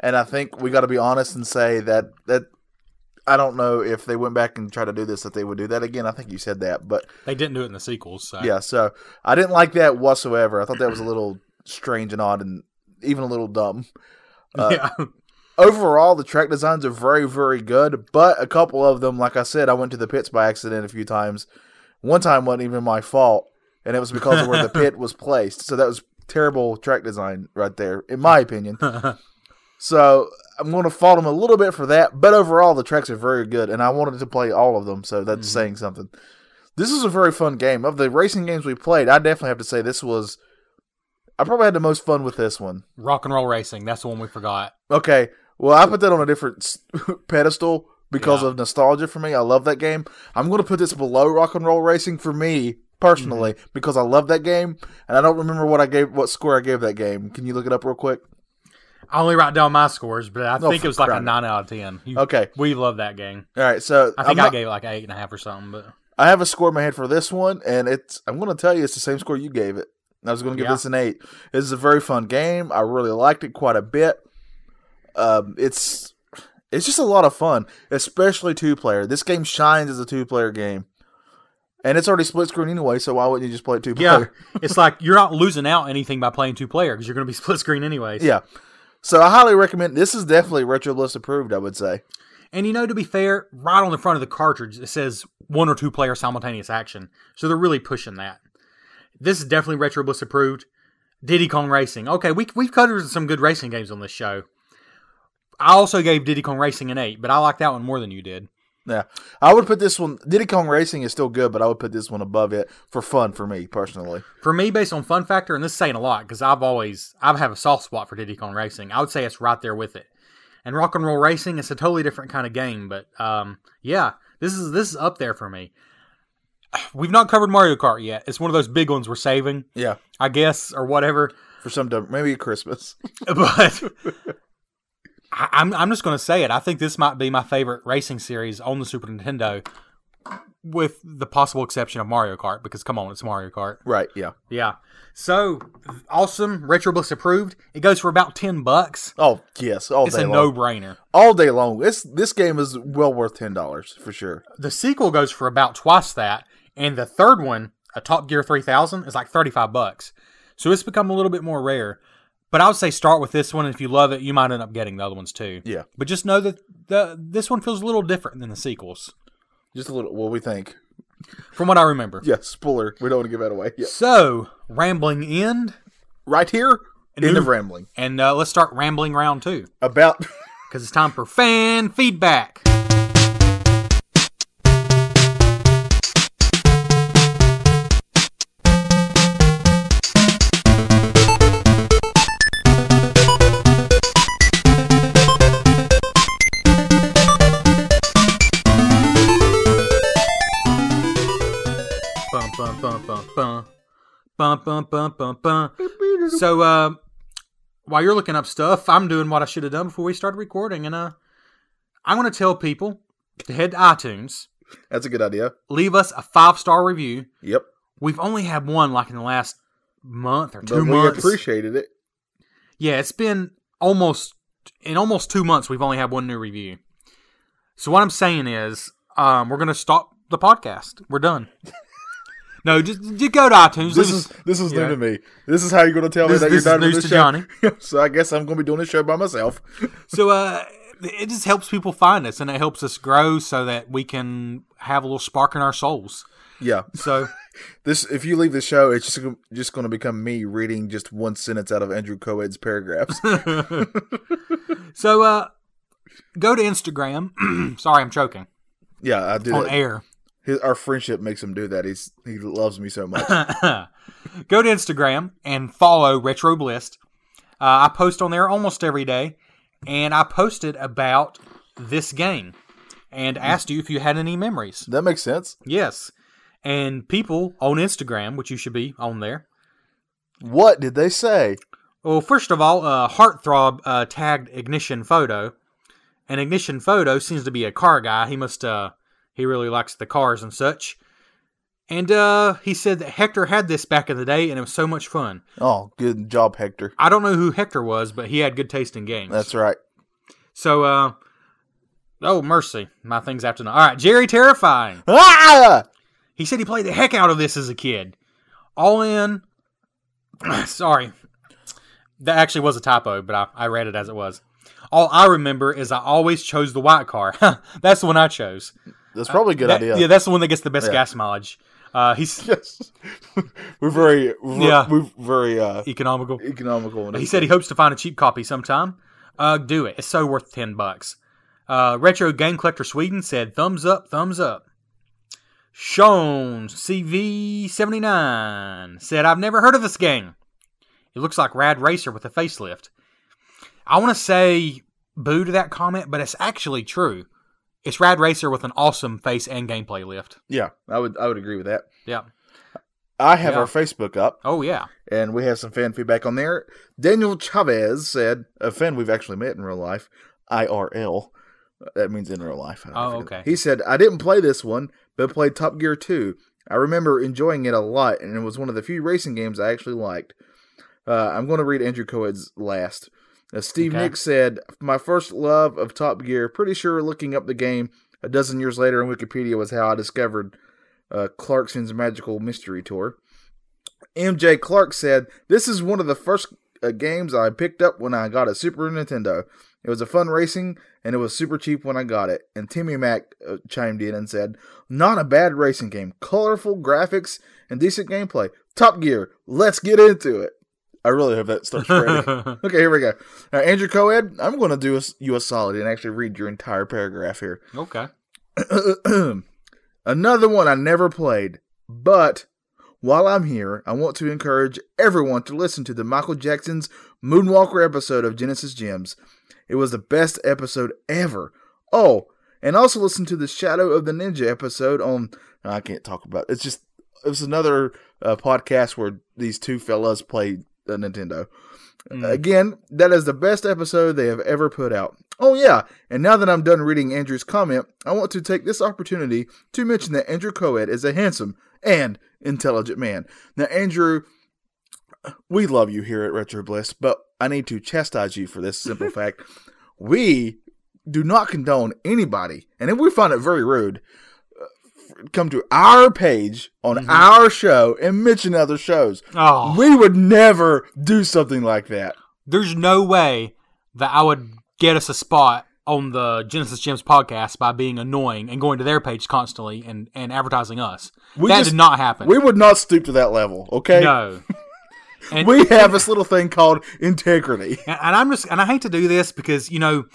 and I think we got to be honest and say that that. I don't know if they went back and tried to do this that they would do that again. I think you said that, but
They didn't do it in the sequels. So.
yeah, so I didn't like that whatsoever. I thought that was a little strange and odd and even a little dumb. uh,
yeah.
Overall, the track designs are very, very good, but a couple of them, like I said, I went to the pits by accident a few times. One time wasn't even my fault, and it was because of where the pit was placed. So that was terrible track design right there, in my opinion. so I'm going to fault them a little bit for that, but overall the tracks are very good, and I wanted to play all of them, so that's saying something. This is a very fun game. Of the racing games we played, I definitely have to say this was. I probably had the most fun with this one.
Rock and roll racing. That's the one we forgot.
Okay, well I put that on a different s- pedestal because
Yeah.
of nostalgia for me. I love that game. I'm going to put this below Rock and Roll Racing for me personally
Mm-hmm.
because I love that game, and I don't remember what I gave what score I gave that game. Can you look it up real quick?
I only write down my scores, but I
No,
think
for
it was like a
crying
nine out of ten. You-
Okay.
we love that game.
All right, so
I
I'm
think I
not-
gave it like eight and a half or something. But
I have a score in my head for this one, and it's I'm gonna tell you it's the same score you gave it. I was gonna give
Yeah.
this an eight. This is a very fun game. I really liked it quite a bit. Um, it's it's just a lot of fun, especially two player. This game shines as a two player game. And it's already split screen anyway, so why wouldn't you just play it two
yeah,
player?
it's like you're not losing out anything by playing two player because you're going to be split screen anyways.
Yeah. So I highly recommend this is definitely retro bliss approved, I would say.
And you know, to be fair, right on the front of the cartridge, it says one or two player simultaneous action. So they're really pushing that. This is definitely Retro Bliss approved. Diddy Kong Racing. Okay, we, we've covered some good racing games on this show. I also gave Diddy Kong Racing an 8, but I like that one more than you did.
Yeah. I would put this one Diddy Kong Racing is still good, but I would put this one above it for fun for me personally.
For me, based on fun factor, and this is saying a lot because I've always I have a soft spot for Diddy Kong Racing. I would say it's right there with it. And Rock and Roll Racing, it's a totally different kind of game, but um, yeah, this is this is up there for me. We've not covered Mario Kart yet. It's one of those big ones we're saving,
Yeah.
I guess, or whatever.
For some dumb maybe Christmas.
But I, I'm I'm just gonna say it. I think this might be my favorite racing series on the Super Nintendo, with the possible exception of Mario Kart, because come on, it's Mario Kart.
Right, yeah.
Yeah. So awesome, RetroBlitz approved. It goes for about ten bucks.
Oh yes, all
It's
day
a
long.
no-brainer.
all day long. This this game is well worth ten dollars for sure.
The sequel goes for about twice that, and the third one, a Top Gear 3000, is like 35 bucks. So it's become a little bit more rare. But I would say start with this one. If you love it, you might end up getting the other ones too.
Yeah.
But just know that the this one feels a little different than the sequels,
Just a little. What we think?
from what I remember.
Yeah, spoiler. We don't want to give that away. Yeah.
So rambling end,
Right here, end
New-
of rambling
and uh, let's start rambling round two
about.
because it's time for fan feedback. Bum, bum, bum, bum, bum. Bum, bum, bum, bum, bum. So, uh, while you're looking up stuff, I'm doing what I should have done before we started recording. And uh, I'm going to tell people to head to iTunes,
That's a good idea.
leave us a five star review.
Yep.
We've only had one like in the last month or
But
two
we
months.
appreciated it.
Yeah, it's been almost in almost two months. We've only had one new review. So what I'm saying is, um, we're gonna stop the podcast. We're done. no, just, just go to iTunes.
This
leave
is
us-
this is
Yeah.
new to me. This is how you're going to tell
This-
me that
this is
you're done
news
with
to
this show.
Johnny.
so I guess I'm going to be doing this show by myself.
so uh, it just helps people find us, and it helps us grow so that we can have a little spark in our souls.
Yeah.
So
This if you leave the show, it's just just going to become me reading just one sentence out of Andrew Coed's paragraphs.
so uh, go to Instagram. Sorry, I'm choking
yeah, I do.
on
that.
air.
His, our friendship makes him do that. He's he loves me so much.
go to Instagram and follow Retro Blist. Uh, I post on there almost every day, and I posted about this game and asked you if you had any memories.
that makes sense.
Yes, and people on Instagram, which you should be on there.
What did they say?
Well, first of all, uh, Heartthrob uh, tagged Ignition Photo, and Ignition Photo seems to be a car guy. He must uh, he really likes the cars and such. And uh, he said that Hector had this back in the day, and it was so much fun.
Oh, good job, Hector.
I don't know who Hector was, but he had good taste in games.
That's right.
so. Uh, oh mercy, my thing's after. All right, Jerry terrifying.
Ah!
He said he played the heck out of this as a kid. All in. Sorry, that actually was a typo, but I, I read it as it was. All I remember is I always chose the white car. that's the one I chose.
That's probably a good
That-
idea.
Yeah, that's the one that gets the best
Yeah.
gas mileage. Uh, he's
yes. we're very, we're,
Yeah.
we're very uh,
economical.
economical. in
He
this
said he
game.
hopes to find a cheap copy sometime. Uh, do it. It's so worth ten bucks. Uh, Retro Game Collector Sweden said, "Thumbs up, thumbs up." Sean CV79 said, "I've never heard of this game. It looks like Rad Racer with a facelift." I want to say boo to that comment, but it's actually true. It's Rad Racer with an awesome face and gameplay lift.
Yeah, I would I would agree with that.
Yeah.
I have
Yeah.
our Facebook up,
Oh yeah.
and we have some fan feedback on there. Daniel Chavez said, a fan we've actually met in real life, IRL. That means in real life. I don't know
Oh,
if you know.
okay.
He said, I didn't play this one, but played Top Gear 2. I remember enjoying it a lot, and it was one of the few racing games I actually liked. Uh, I'm going to read Andrew Coed's last. Uh, Steve
Okay.
Nick said, My first love of Top Gear, pretty sure looking up the game a dozen years later on Wikipedia was how I discovered uh, Clarkson's Magical Mystery Tour. MJ Clark said, This is one of the first uh, games I picked up when I got a Super Nintendo. It was a fun racing, and it was super cheap when I got it. And Timmy Mac uh, chimed in and said, Not a bad racing game. Colorful graphics and decent gameplay. Top Gear, let's get into it. I really hope that starts spreading. Okay, here we go. Now, Andrew Coed, I'm going to do us you a solid and actually read your entire paragraph here.
okay.
Another one I never played, but while I'm here, I want to encourage everyone to listen to the Michael Jackson's Moonwalker episode of Genesis Gems. It was the best episode ever. Oh, and also listen to the Shadow of the Ninja episode on. I can't talk about. It's just it was another uh, podcast where these two fellas played uh, Nintendo.
Mm.
Again, that is the best episode they have ever put out. Oh, yeah, and now that I'm done reading Andrew's comment, I want to take this opportunity to mention that Andrew Coed is a handsome and intelligent man. Now, Andrew, we love you here at Retro Bliss, but I need to chastise you for this simple fact. We do not condone anybody, and if we find it very rude, uh, come to our page on our show and mention other shows.
Oh.
We would never do something like that.
there's no way that I would get us a spot on the Genesis Gems podcast by being annoying and going to their page constantly and, and advertising us.
We
that
just-
did not happen.
We would not stoop to that level, okay?
no. And,
We have this little thing called integrity.
and, and I'm just and I hate to do this because you know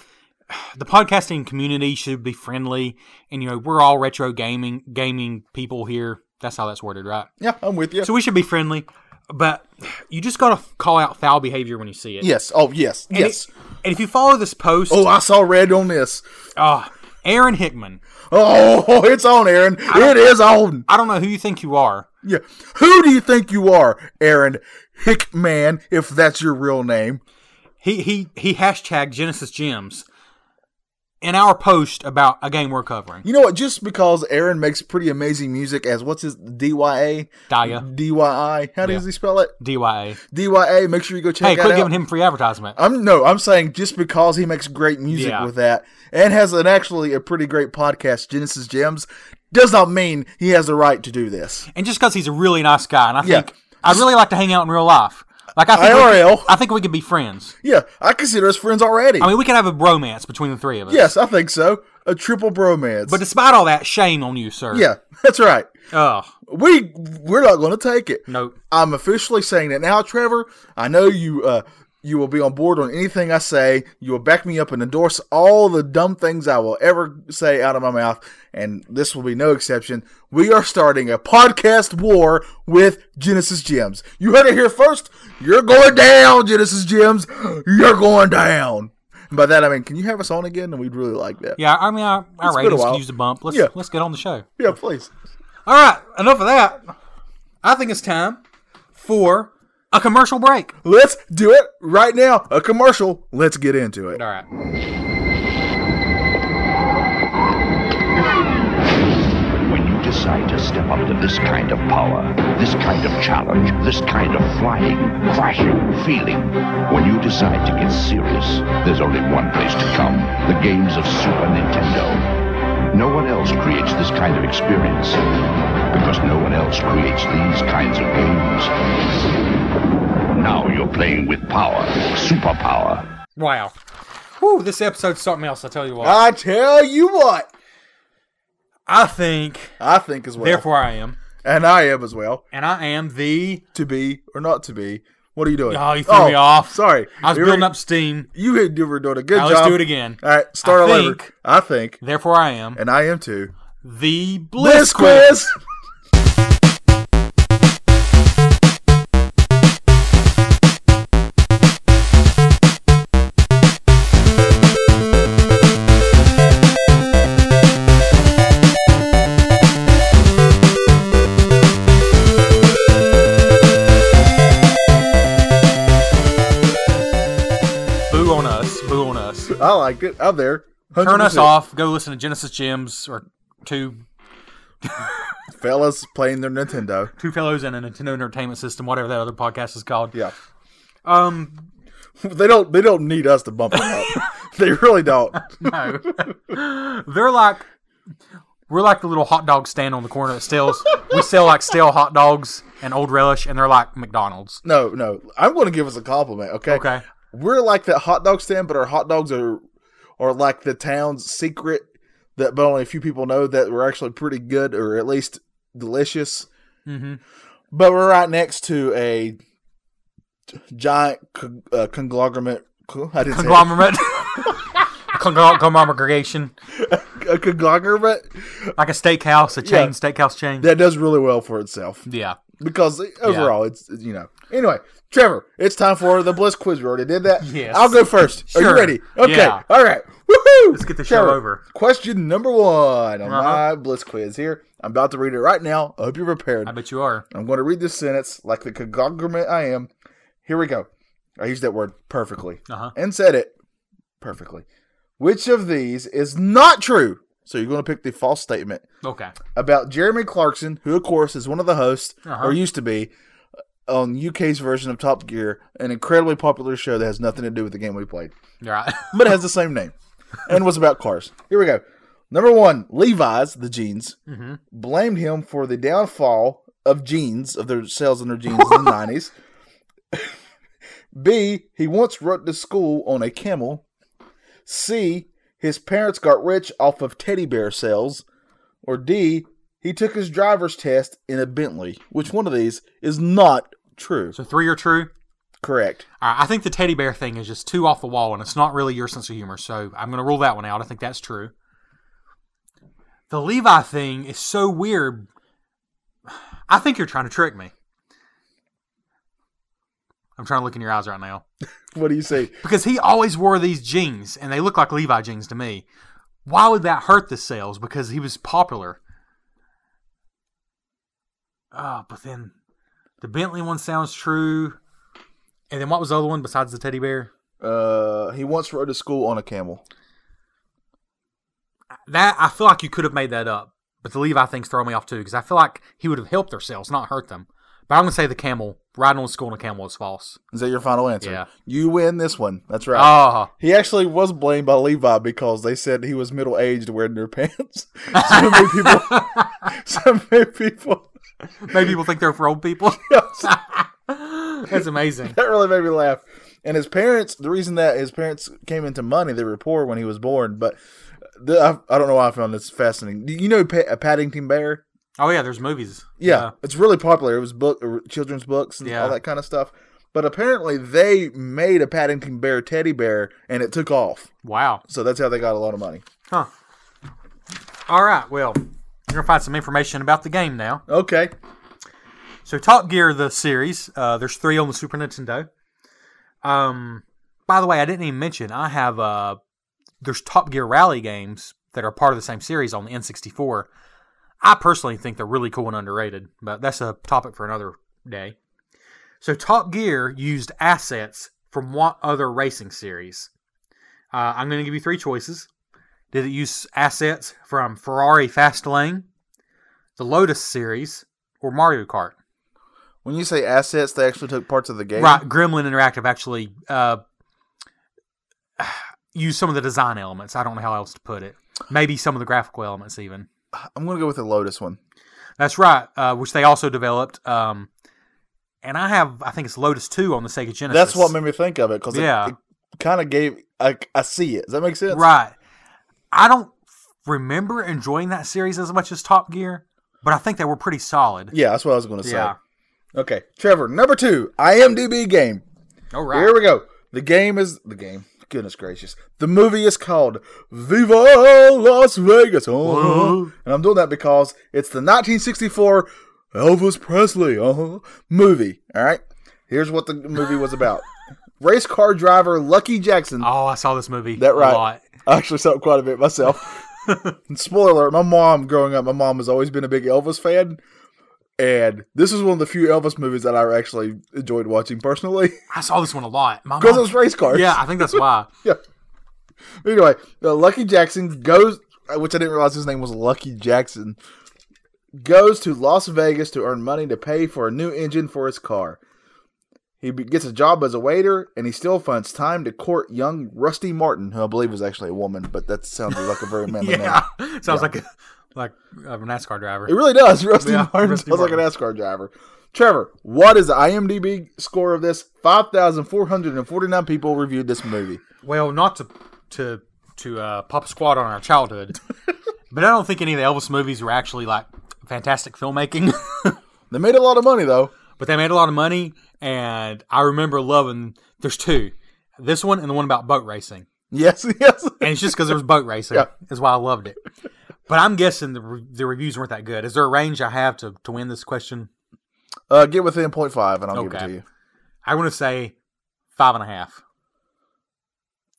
the podcasting community should be friendly and you know we're all retro gaming gaming people here. That's how that's worded, right?
Yeah, I'm with you.
So we should be friendly, but you just gotta call out foul behavior when you see it.
yes. Oh, yes.
And it-
Yes.
and if you follow this post,
Oh, I saw red on this.
ah, Aaron Hickman,
Oh, it's on, Aaron. It is on.
I don't know who you think you are.
Yeah. Who do you think you are, Aaron Hickman, if that's your real name?
He he he hashtagged Genesis Gems in our post about a game we're covering.
You know what? Just because Aaron makes pretty amazing music as what's his DYA?
Daya.
DYI. How does he spell it?
DYA.
DYA. Make sure you go check
Hey,
that
quit
out.
giving him free advertisement.
I'm no, I'm saying just because he makes great music
Yeah.
with that and has an actually a pretty great podcast, Genesis Gems, does not mean he has the right to do this.
And just because he's a really nice guy, and I
Yeah.
think I'd really like to hang out in real life. Like I think We
IRL.
could, I think we could be friends.
Yeah, I consider us friends already.
I mean, we could have a bromance between the three of us.
yes, I think so. A triple bromance.
But despite all that, shame on you, sir.
yeah, that's right.
Ugh.
We we're not going to take it.
Nope.
I'm officially saying that now, Trevor. I know you. Uh, you will be on board on anything I say. You will back me up and endorse all the dumb things I will ever say out of my mouth, and this will be no exception. We are starting a podcast war with Genesis Gems. You heard it here first. You're going down, Genesis Gems. You're going down. And by that I mean, can you have us on again? And we'd really like that.
Yeah. I mean, our, our
been a
ratings could
while.
use a bump. Let's
Yeah.
let's get on the show.
yeah please.
All right. Enough of that. I think it's time for a commercial break.
Let's do it right now. A commercial. Let's get into it.
All right.
When you decide to step up to this kind of power, this kind of challenge, this kind of flying, crashing, feeling, when you decide to get serious, there's only one place to come the games of Super Nintendo. No one else creates this kind of experience because no one else creates these kinds of games. Now you're playing with power, superpower.
Wow. Whew, this episode's something else, I tell you what.
I tell you what,
I think,
I think as well,
therefore I am,
and I am as well,
and I am the
to be or not to be What are you doing?
Oh, you threw me off.
Sorry.
I was
You were-
building up steam.
You had- you were doing a good
Now
job.
let's do it again.
All right, start
I
all over.
think-
I think,
Therefore, I am
and I am too.
the Bliss
Bliss
Quiz.
quiz.
Boo on us. Boo on us.
I liked it. I'm there. 100%.
Turn us off. Go listen to Genesis Gems or two
Fellas playing their Nintendo.
two fellows in a Nintendo Entertainment System, whatever that other podcast is called.
Yeah.
Um.
They don't. They don't need us to bump them up. they really don't.
No. They're like. We're like the little hot dog stand on the corner that sells. we sell like stale hot dogs and old relish, and they're like McDonald's.
No, no. I'm going to give us a compliment. Okay.
Okay.
We're like that hot dog stand, but our hot dogs are are like the town's secret that but only a few people know that we're actually pretty good or at least delicious.
Mm-hmm.
But we're right next to a giant con- uh, conglomerate. co- I didn't say it.
Conglomerate. Conglo- Conglomeration,
a conglomerate
like a steakhouse, a chain
Yeah.
steakhouse chain.
that does really well for itself
yeah.
because overall it's you know. Anyway, Trevor, it's time for the Bliss quiz. We already did that.
Yes.
I'll go first. Are
Sure.
you ready? Okay.
Yeah.
All right. Woohoo!
Let's get the show
Trevor,
over.
Question number one on
Uh-huh.
my Bliss quiz here. I'm about to read it right now. I hope you're prepared.
I bet you are.
I'm going to read this sentence like the conglomerate I am. Here we go. I used that word perfectly
Uh huh.
and said it perfectly. Which of these is not true? So you're going to pick the false statement
Okay.
about Jeremy Clarkson, who of course is one of the hosts
Uh-huh.
or used to be on UK's version of Top Gear, an incredibly popular show that has nothing to do with the game we played,
You're right.
but it has the same name and was about cars. Here we go. Number one, Levi's, the jeans,
mm-hmm.
blamed him for the downfall of jeans, of their sales in their jeans in the 90s. B, he once rode to school on a camel. C, his parents got rich off of teddy bear sales. Or D, he took his driver's test in a Bentley. Which one of these is not true?
So three are true.
Correct.
All right, I think the teddy bear thing is just too off the wall, and it's not really your sense of humor. So I'm going to rule that one out. I think that's true. The Levi thing is so weird. I think you're trying to trick me. I'm trying to look in your eyes right now
What do you say?
because he always wore these jeans, and they look like Levi jeans to me. Why would that hurt the sales? Because he was popular. Oh, but then the Bentley one sounds true. And then what was the other one besides the teddy bear?
Uh, he once rode to school on a camel.
That I feel like you could have made that up, but the Levi things throw me off too because I feel like he would have helped their sales, not hurt them. But I'm gonna say the camel riding on school on a camel is false.
Is that your final answer?
Yeah.
You win this one. That's right.
Oh,
He actually was blamed by Levi because they said he was middle aged wearing their pants. so many people, so many people.
maybe people think they're for old people. That's amazing.
That really made me laugh. And his parents, the reason that his parents came into money, they were poor when he was born. But the, I, I don't know why I found this fascinating. Do you know pa- a Paddington Bear?
Oh yeah, there's movies. Uh,
Yeah, it's really popular. It was book, or children's books, and
Yeah.
all that kind of stuff. But apparently, they made a Paddington Bear teddy bear, and it took off.
Wow.
So that's how they got a lot of money.
Huh. All right. Well, you're gonna find some information about the game now.
Okay,
So Top Gear, the series, uh, there's three on the Super Nintendo. Um, by the way, I didn't even mention I have uh, there's Top Gear Rally games that are part of the same series on the N64. I personally think they're really cool and underrated, but that's a topic for another day. So Top Gear used assets from what other racing series? Uh, I'm going to give you three choices. Did it use assets from Ferrari Fastlane, the Lotus series, or Mario Kart?
when you say assets, they actually took parts of the game.
Right, Gremlin Interactive actually uh, used some of the design elements. I don't know how else to put it. Maybe some of the graphical elements, even.
I'm gonna go with the Lotus one.
That's right, uh, which they also developed. Um, and I have, I think it's Lotus 2 on the Sega Genesis.
That's what made me think of it because
Yeah.
it, kind of gave. I, I see it. Does that make sense?
Right. I don't remember enjoying that series as much as Top Gear, but I think they were pretty solid.
Yeah, that's what I was gonna say.
Yeah.
Okay, Trevor, number two, IMDb game.
All right.
Here we go. The game is the game. Goodness gracious. The movie is called Viva Las Vegas. Uh-huh. And I'm doing that because it's the 1964 Elvis Presley uh-huh, movie. All right. Here's what the movie was about. Race car driver Lucky Jackson.
oh, I saw this movie.
that right.
A lot.
I actually saw it quite a bit myself. and spoiler alert, my mom growing up, my mom has always been a big Elvis fan. And this is one of the few Elvis movies that I actually enjoyed watching personally.
I saw this one a lot. My
Because it
mom-
was race cars.
yeah, I think that's why.
yeah. Anyway, uh, Lucky Jackson goes, uh, which I didn't realize his name was Lucky Jackson, goes to Las Vegas to earn money to pay for a new engine for his car. He be- gets a job as a waiter, and he still finds time to court young Rusty Martin, who I believe was actually a woman, but that sounds like a very manly name.
yeah. Sounds like a, like a NASCAR driver.
It really does. Rusty
Yeah,
Martin
Rusty
sounds like
Martin.
an NASCAR driver. Trevor, what is the IMDb score of this? 5,449 people reviewed this movie.
Well, not to to to uh, pop a squad on our childhood, but I don't think any of the Elvis movies were actually like fantastic filmmaking.
They made a lot of money, though.
but they made a lot of money, and I remember loving. There's two, this one and the one about boat racing,
Yes, yes.
and it's just because there was boat racing
Yeah.
is why I loved it. But I'm guessing the re- the reviews weren't that good. Is there a range I have to to win this question?
Uh, get within 0.5 and I'll give it
Okay.
to you.
I want to say five and a half.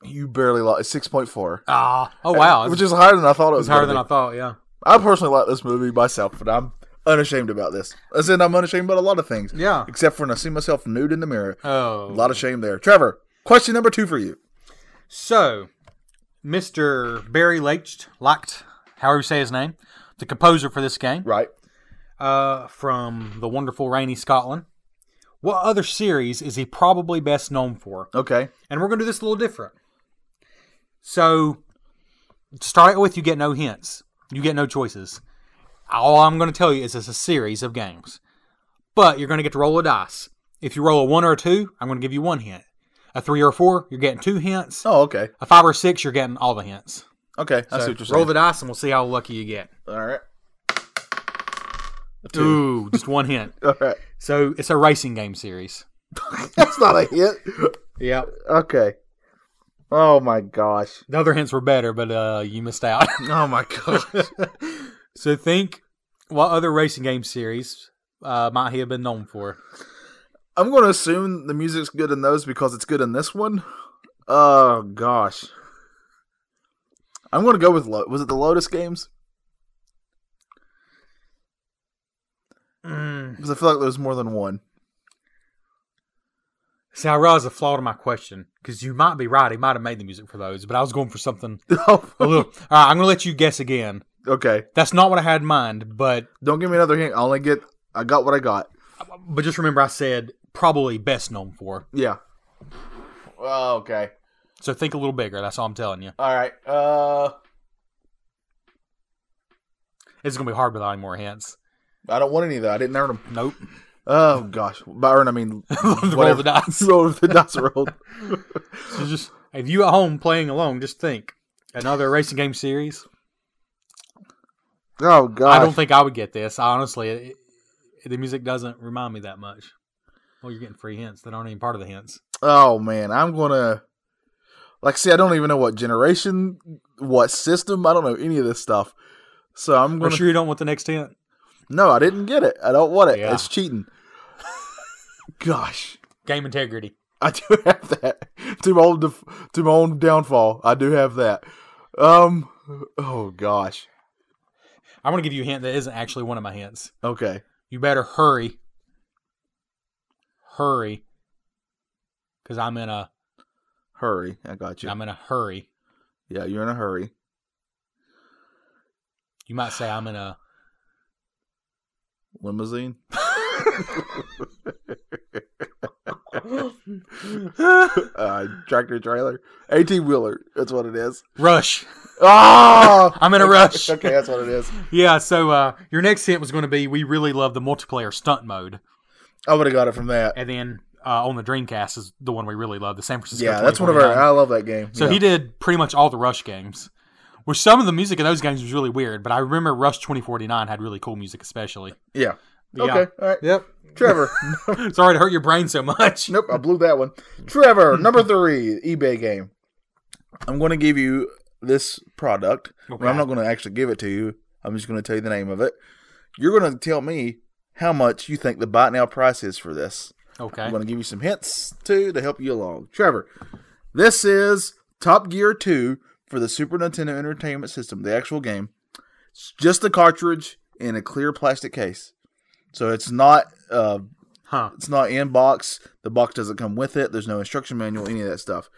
You barely lost. It's 6.4.
Ah, oh wow,
Which is higher than I thought it was.
it's higher
gonna
than I
be.
thought. Yeah.
I personally like this movie myself, but I'm unashamed about this. As in, I'm unashamed about a lot of things.
Yeah.
Except for when I see myself nude in the mirror.
Oh,
a lot of shame there. Trevor, question number two for you.
So, Mr. Barry Lacht, Lacht, however you say his name, the composer for this game,
Right.
uh, from the wonderful rainy Scotland. What other series is he probably best known for?
Okay.
And we're going to do this a little different. So, start out with you get no hints, you get no choices. All I'm going to tell you is it's a series of games, but you're going to get to roll a dice. If you roll a one or a two, I'm going to give you one hint. A three or a four, you're getting two hints
Oh, okay.
a five or six, you're getting all the hints.
Okay. I
So
see what you're
roll
saying.
the dice and we'll see how lucky you get.
All right. A Two.
Ooh, just one hint.
All right.
So it's a racing game series.
That's not a hit.
Yeah.
Okay. Oh my gosh.
The other hints were better, but uh, you missed out.
Oh my gosh.
so think what other racing game series uh, might he have been known for?
I'm going to assume the music's good in those because it's good in this one. Oh gosh. I'm going to go with Lo- was it the Lotus games?
Mm.
Because I feel like there was more than one.
See, I realize the flaw to my question because you might be right. He might have made the music for those, but I was going for something a
Oh,
little. All right, I'm going to let you guess again.
okay.
That's not what I had in mind, but
Don't give me another hint. I only get I got what I got.
but just remember I said probably best known for.
Yeah. Oh, okay.
So think a little bigger. That's all I'm telling you.
All right. Uh
It's gonna be hard without any more hints.
I don't want any of that. I didn't earn them.
Nope.
Oh gosh. By earn I mean
the roll of
whatever.
the dice.
roll of the dice rolled.
So just if you at home playing alone, just think another racing game series.
Oh gosh.
I don't think I would get this. I honestly, it, it- the music doesn't remind me that much. Well, you're getting free hints that aren't even part of the hints.
Oh man, I'm gonna like see. I don't even know what generation, what system. I don't know any of this stuff. So I'm
We're
gonna.
sure you don't want the next hint.
No, I didn't get it. I don't want it.
Yeah.
It's cheating. Gosh,
Game integrity.
I do have that. To my own, def- to my own downfall, I do have that. Um. Oh gosh.
I'm gonna give you a hint that isn't actually one of my hints.
Okay.
You better hurry, hurry, because I'm in a
Hurry. I got you.
am in a hurry.
yeah, you're in a hurry.
You might say I'm in a
Limousine. uh, tractor trailer. Eighteen wheeler. That's what it is.
rush.
Oh,
Ah! I'm in a rush.
okay, that's what it is.
Yeah, so uh, your next hint was going to be we really love the multiplayer stunt mode,
I would have got it from that.
and then uh, on the Dreamcast is the one we really love, the San Francisco.
Yeah, that's one of our.
2049.
I love that game.
So
yeah.
he did pretty much all the Rush games, which some of the music in those games was really weird, but I remember Rush 2049 had really cool music, especially.
Yeah,
But yeah.
Okay, all right.
Yep.
Trevor.
Sorry to hurt your brain so much.
nope, I blew that one. Trevor, number three, eBay game. I'm going to give you this product. but I'm
Okay.
not going to actually give it to you. I'm just going to tell you the name of it. You're going to tell me how much you think the buy now price is for this.
Okay.
I'm going to give you some hints too to help you along. Trevor, this is Top Gear 2 for the Super Nintendo Entertainment System, the actual game. It's just a cartridge in a clear plastic case. So it's not uh,
Huh.
it's not in box. The box doesn't come with it. There's no instruction manual, any of that stuff.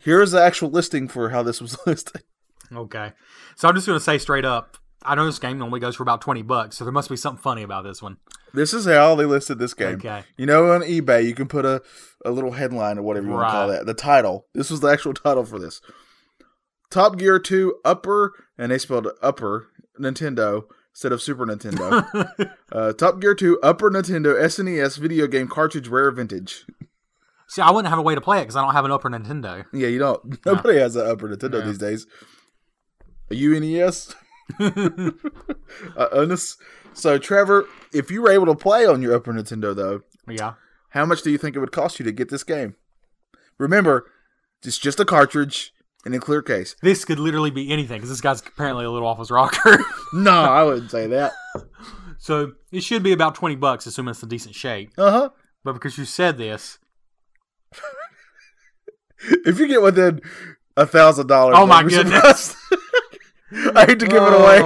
Here's the actual listing for how this was listed.
Okay. So I'm just going to say straight up, I know this game normally goes for about 20 bucks, so there must be something funny about this one.
This is how they listed this game.
Okay.
You know, on eBay, you can put a, a little headline or whatever you want to call
Right.
that. The title. This was the actual title for this Top Gear 2 Upper, and they spelled it Upper Nintendo instead of Super Nintendo. uh, Top Gear 2 Upper Nintendo SNES Video Game Cartridge Rare Vintage.
See, I wouldn't have a way to play it because I don't have an upper Nintendo.
Yeah, you don't. Nobody has an upper Nintendo these days. A UNES, uh, Unis. So, Trevor, if you were able to play on your upper Nintendo, though,
Yeah.
how much do you think it would cost you to get this game? Remember, it's just a cartridge in a clear case.
This could literally be anything because this guy's apparently a little off his rocker.
No, I wouldn't say that.
so it should be about 20 bucks, assuming it's in decent shape.
Uh huh.
But because you said this,
If you get within a thousand dollars,
Oh my
I'd be surprised. I hate to give
Oh.
it away,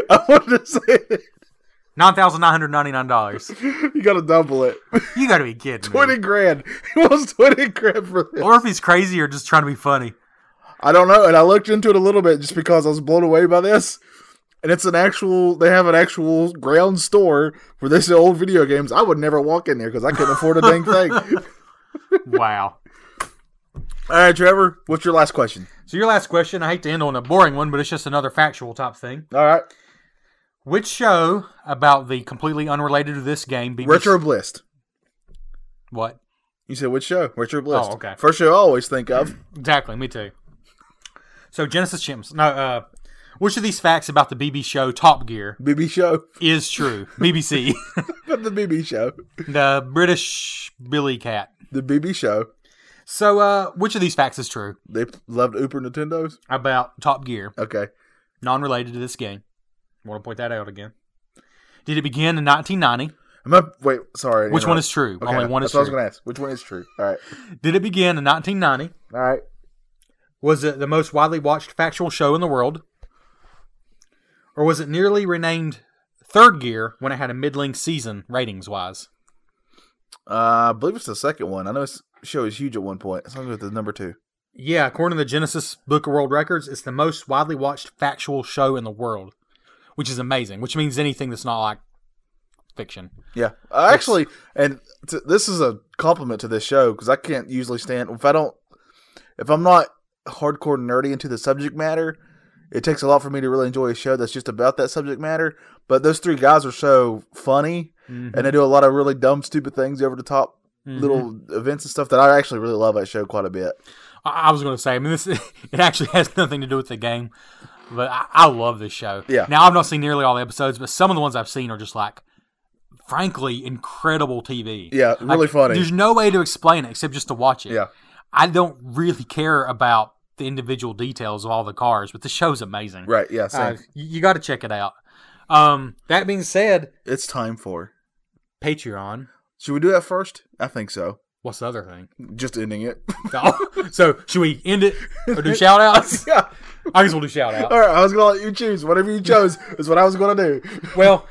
but I wanted to say
$9,999.
it. you got to double it.
you got to be kidding me.
Twenty grand. He wants twenty grand for this.
Or if he's crazy or just trying to be funny.
I don't know, and I looked into it a little bit just because I was blown away by this. And it's an actual. They have an actual ground store where they sell old video games. I would never walk in there because I couldn't afford a dang thing. All
Wow.
right, Trevor, what's your last question?
So your last question, I hate to end on a boring one, but it's just another factual type thing.
All right,
Which show about the completely unrelated to this game? BBC,
Retro Blist.
What?
You said which show? Retro Blist.
Oh, okay.
First show I always think of.
Exactly. Me too. So Genesis Chimps. No. Uh, which of these facts about the BB show Top Gear
BB show.
is true? BBC.
But the BB show.
the British Billy Cat.
The BB show.
So, uh, which of these facts is true
They loved Uber Nintendos.
about Top Gear,
Okay.
non-related to this game? want to point that out again. Did it begin in 1990?
I'm up. Wait, sorry.
Which one
interrupt.
is true?
Okay,
Only one is
that's what I was
true.
going to ask. Which one is true? All right.
Did it begin in 1990?
All right.
Was it the most widely watched factual show in the world? Or was it nearly renamed Third Gear when it had a middling season ratings wise?
Uh, I believe it's the second one. I know this show is huge at one point. So I'm going with the number two.
Yeah, according to the Genesis Book of World Records, it's the most widely watched factual show in the world, which is amazing, which means anything that's not like fiction.
Yeah, uh, actually, and t- this is a compliment to this show because I can't usually stand if I don't if I'm not hardcore nerdy into the subject matter. It takes a lot for me to really enjoy a show that's just about that subject matter. But those three guys are so funny, and they do a lot of really dumb, stupid things over the top little events and stuff that I actually really love that show quite a bit.
I, I was going to say, I mean, this it actually has nothing to do with the game, but I, I love this show.
Yeah.
Now I've not seen nearly all the episodes, but some of the ones I've seen are just like, frankly, incredible TV.
Yeah,
Like,
really funny.
There's no way to explain it except just to watch it.
Yeah.
I don't really care about the individual details of all the cars, but the show's amazing.
Right? Yeah.
Uh,
Same.
you you got to check it out. Um, that being said,
it's time for.
Patreon.
Should we do that first? I think so.
What's the other thing?
Just ending it.
Oh, so should we end it or do shout outs?
yeah.
I guess we'll do shout outs.
All right. I was gonna let you choose. Whatever you chose is what I was gonna do.
Well,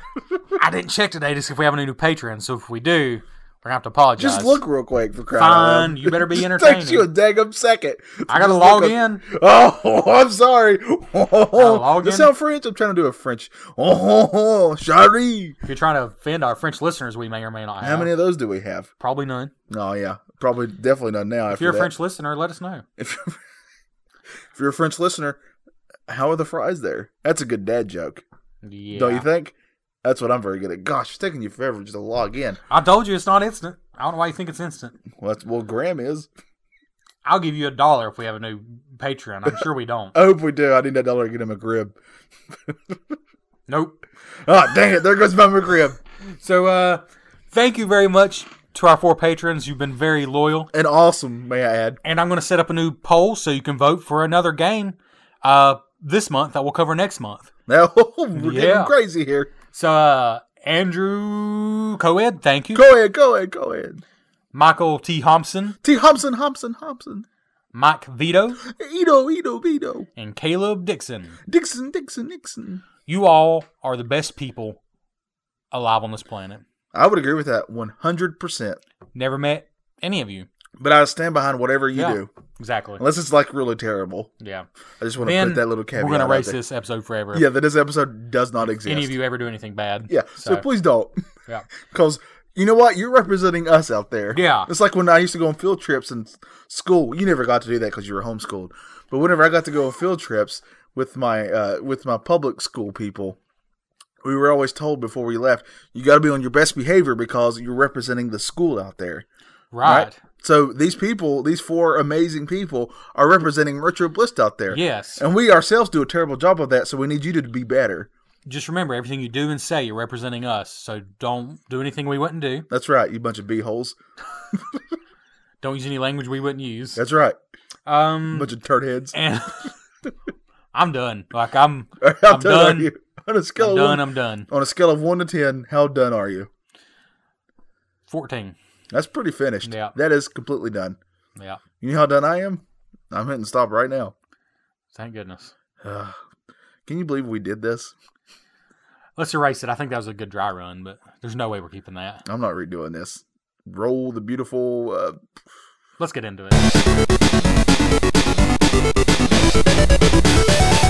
I didn't check today to see if we have any new patrons. So if we do, we're gonna have to apologize.
Just look real quick for crying. out
Fine,
loud.
you better be
Just
entertaining.
Takes you a daggum second.
I gotta
Just
log
look up-
in.
Oh, I'm sorry.
log
you
in.
sound French. I'm trying to do a French. Oh, sorry.
If you're trying to offend our French listeners, we may or may not have.
How many of those do we have?
Probably none.
Oh yeah, probably definitely none now.
If
after
you're a
that.
French listener, let us know.
if you're, if you're a French listener, how are the fries there? That's a good dad joke,
Yeah.
don't you think? That's what I'm very good at. Gosh, it's taking you forever just to log in.
I told you it's not instant. I don't know why you think it's instant.
Well, that's, well, Graham is.
I'll give you a dollar if we have a new Patreon. I'm sure we don't.
I hope we do. I need that dollar to get him a crib.
Nope.
Ah, dang it! There goes my McRib.
So, uh, thank you very much to our four patrons. You've been very loyal.
And awesome, may I add.
And I'm going to set up a new poll so you can vote for another game uh, this month that we'll cover next month.
Now we're
Yeah.
getting crazy here.
So, uh, Andrew Coed, thank you.
Go ahead, go ahead, go ahead.
Michael T. Thompson,
T. Hobson, Hobson, Hobson.
Mike Vito,
Ito, Ito, Vito.
and Caleb Dixon.
Dixon, Dixon, Dixon.
You all are the best people alive on this planet.
I would agree with that 100%.
Never met any of you.
But I stand behind whatever you
Yeah.
do.
Exactly.
Unless it's like really terrible.
Yeah.
I just want to
Then
put that little
we're
caveat
going to
out
erase
there.
this episode forever.
Yeah, that this episode does not exist.
any of you ever do anything bad.
Yeah, so,
So-
please don't.
Yeah.
Because you know what? You're representing us out there.
Yeah.
It's like when I used to go on field trips in s- school. You never got to do that because you were homeschooled. But whenever I got to go on field trips with my uh, with my public school people, we were always told before we left, you got to be on your best behavior because you're representing the school out there.
Right.
So these people, these four amazing people, are representing Retro Bliss out there.
Yes.
And we ourselves do a terrible job of that, so we need you to be better.
Just remember everything you do and say, you're representing us. So don't do anything we wouldn't do.
That's right, you bunch of beeholes.
Don't use any language we wouldn't use.
That's right,
Um,
bunch of turd heads.
and I'm done. Like I'm,
How
I'm
done,
done.
are you? On a scale
I'm
of
done.
one,
I'm done.
on a scale of one to ten, how done are you?
Fourteen.
That's pretty finished.
Yeah.
That is completely done.
Yeah.
You know how done I am? I'm hitting stop right now.
Thank goodness.
Ugh. Can you believe we did this?
Let's erase it. I think that was a good dry run, but there's no way we're keeping that.
I'm not redoing this. Roll the beautiful. Uh,
Let's get into it.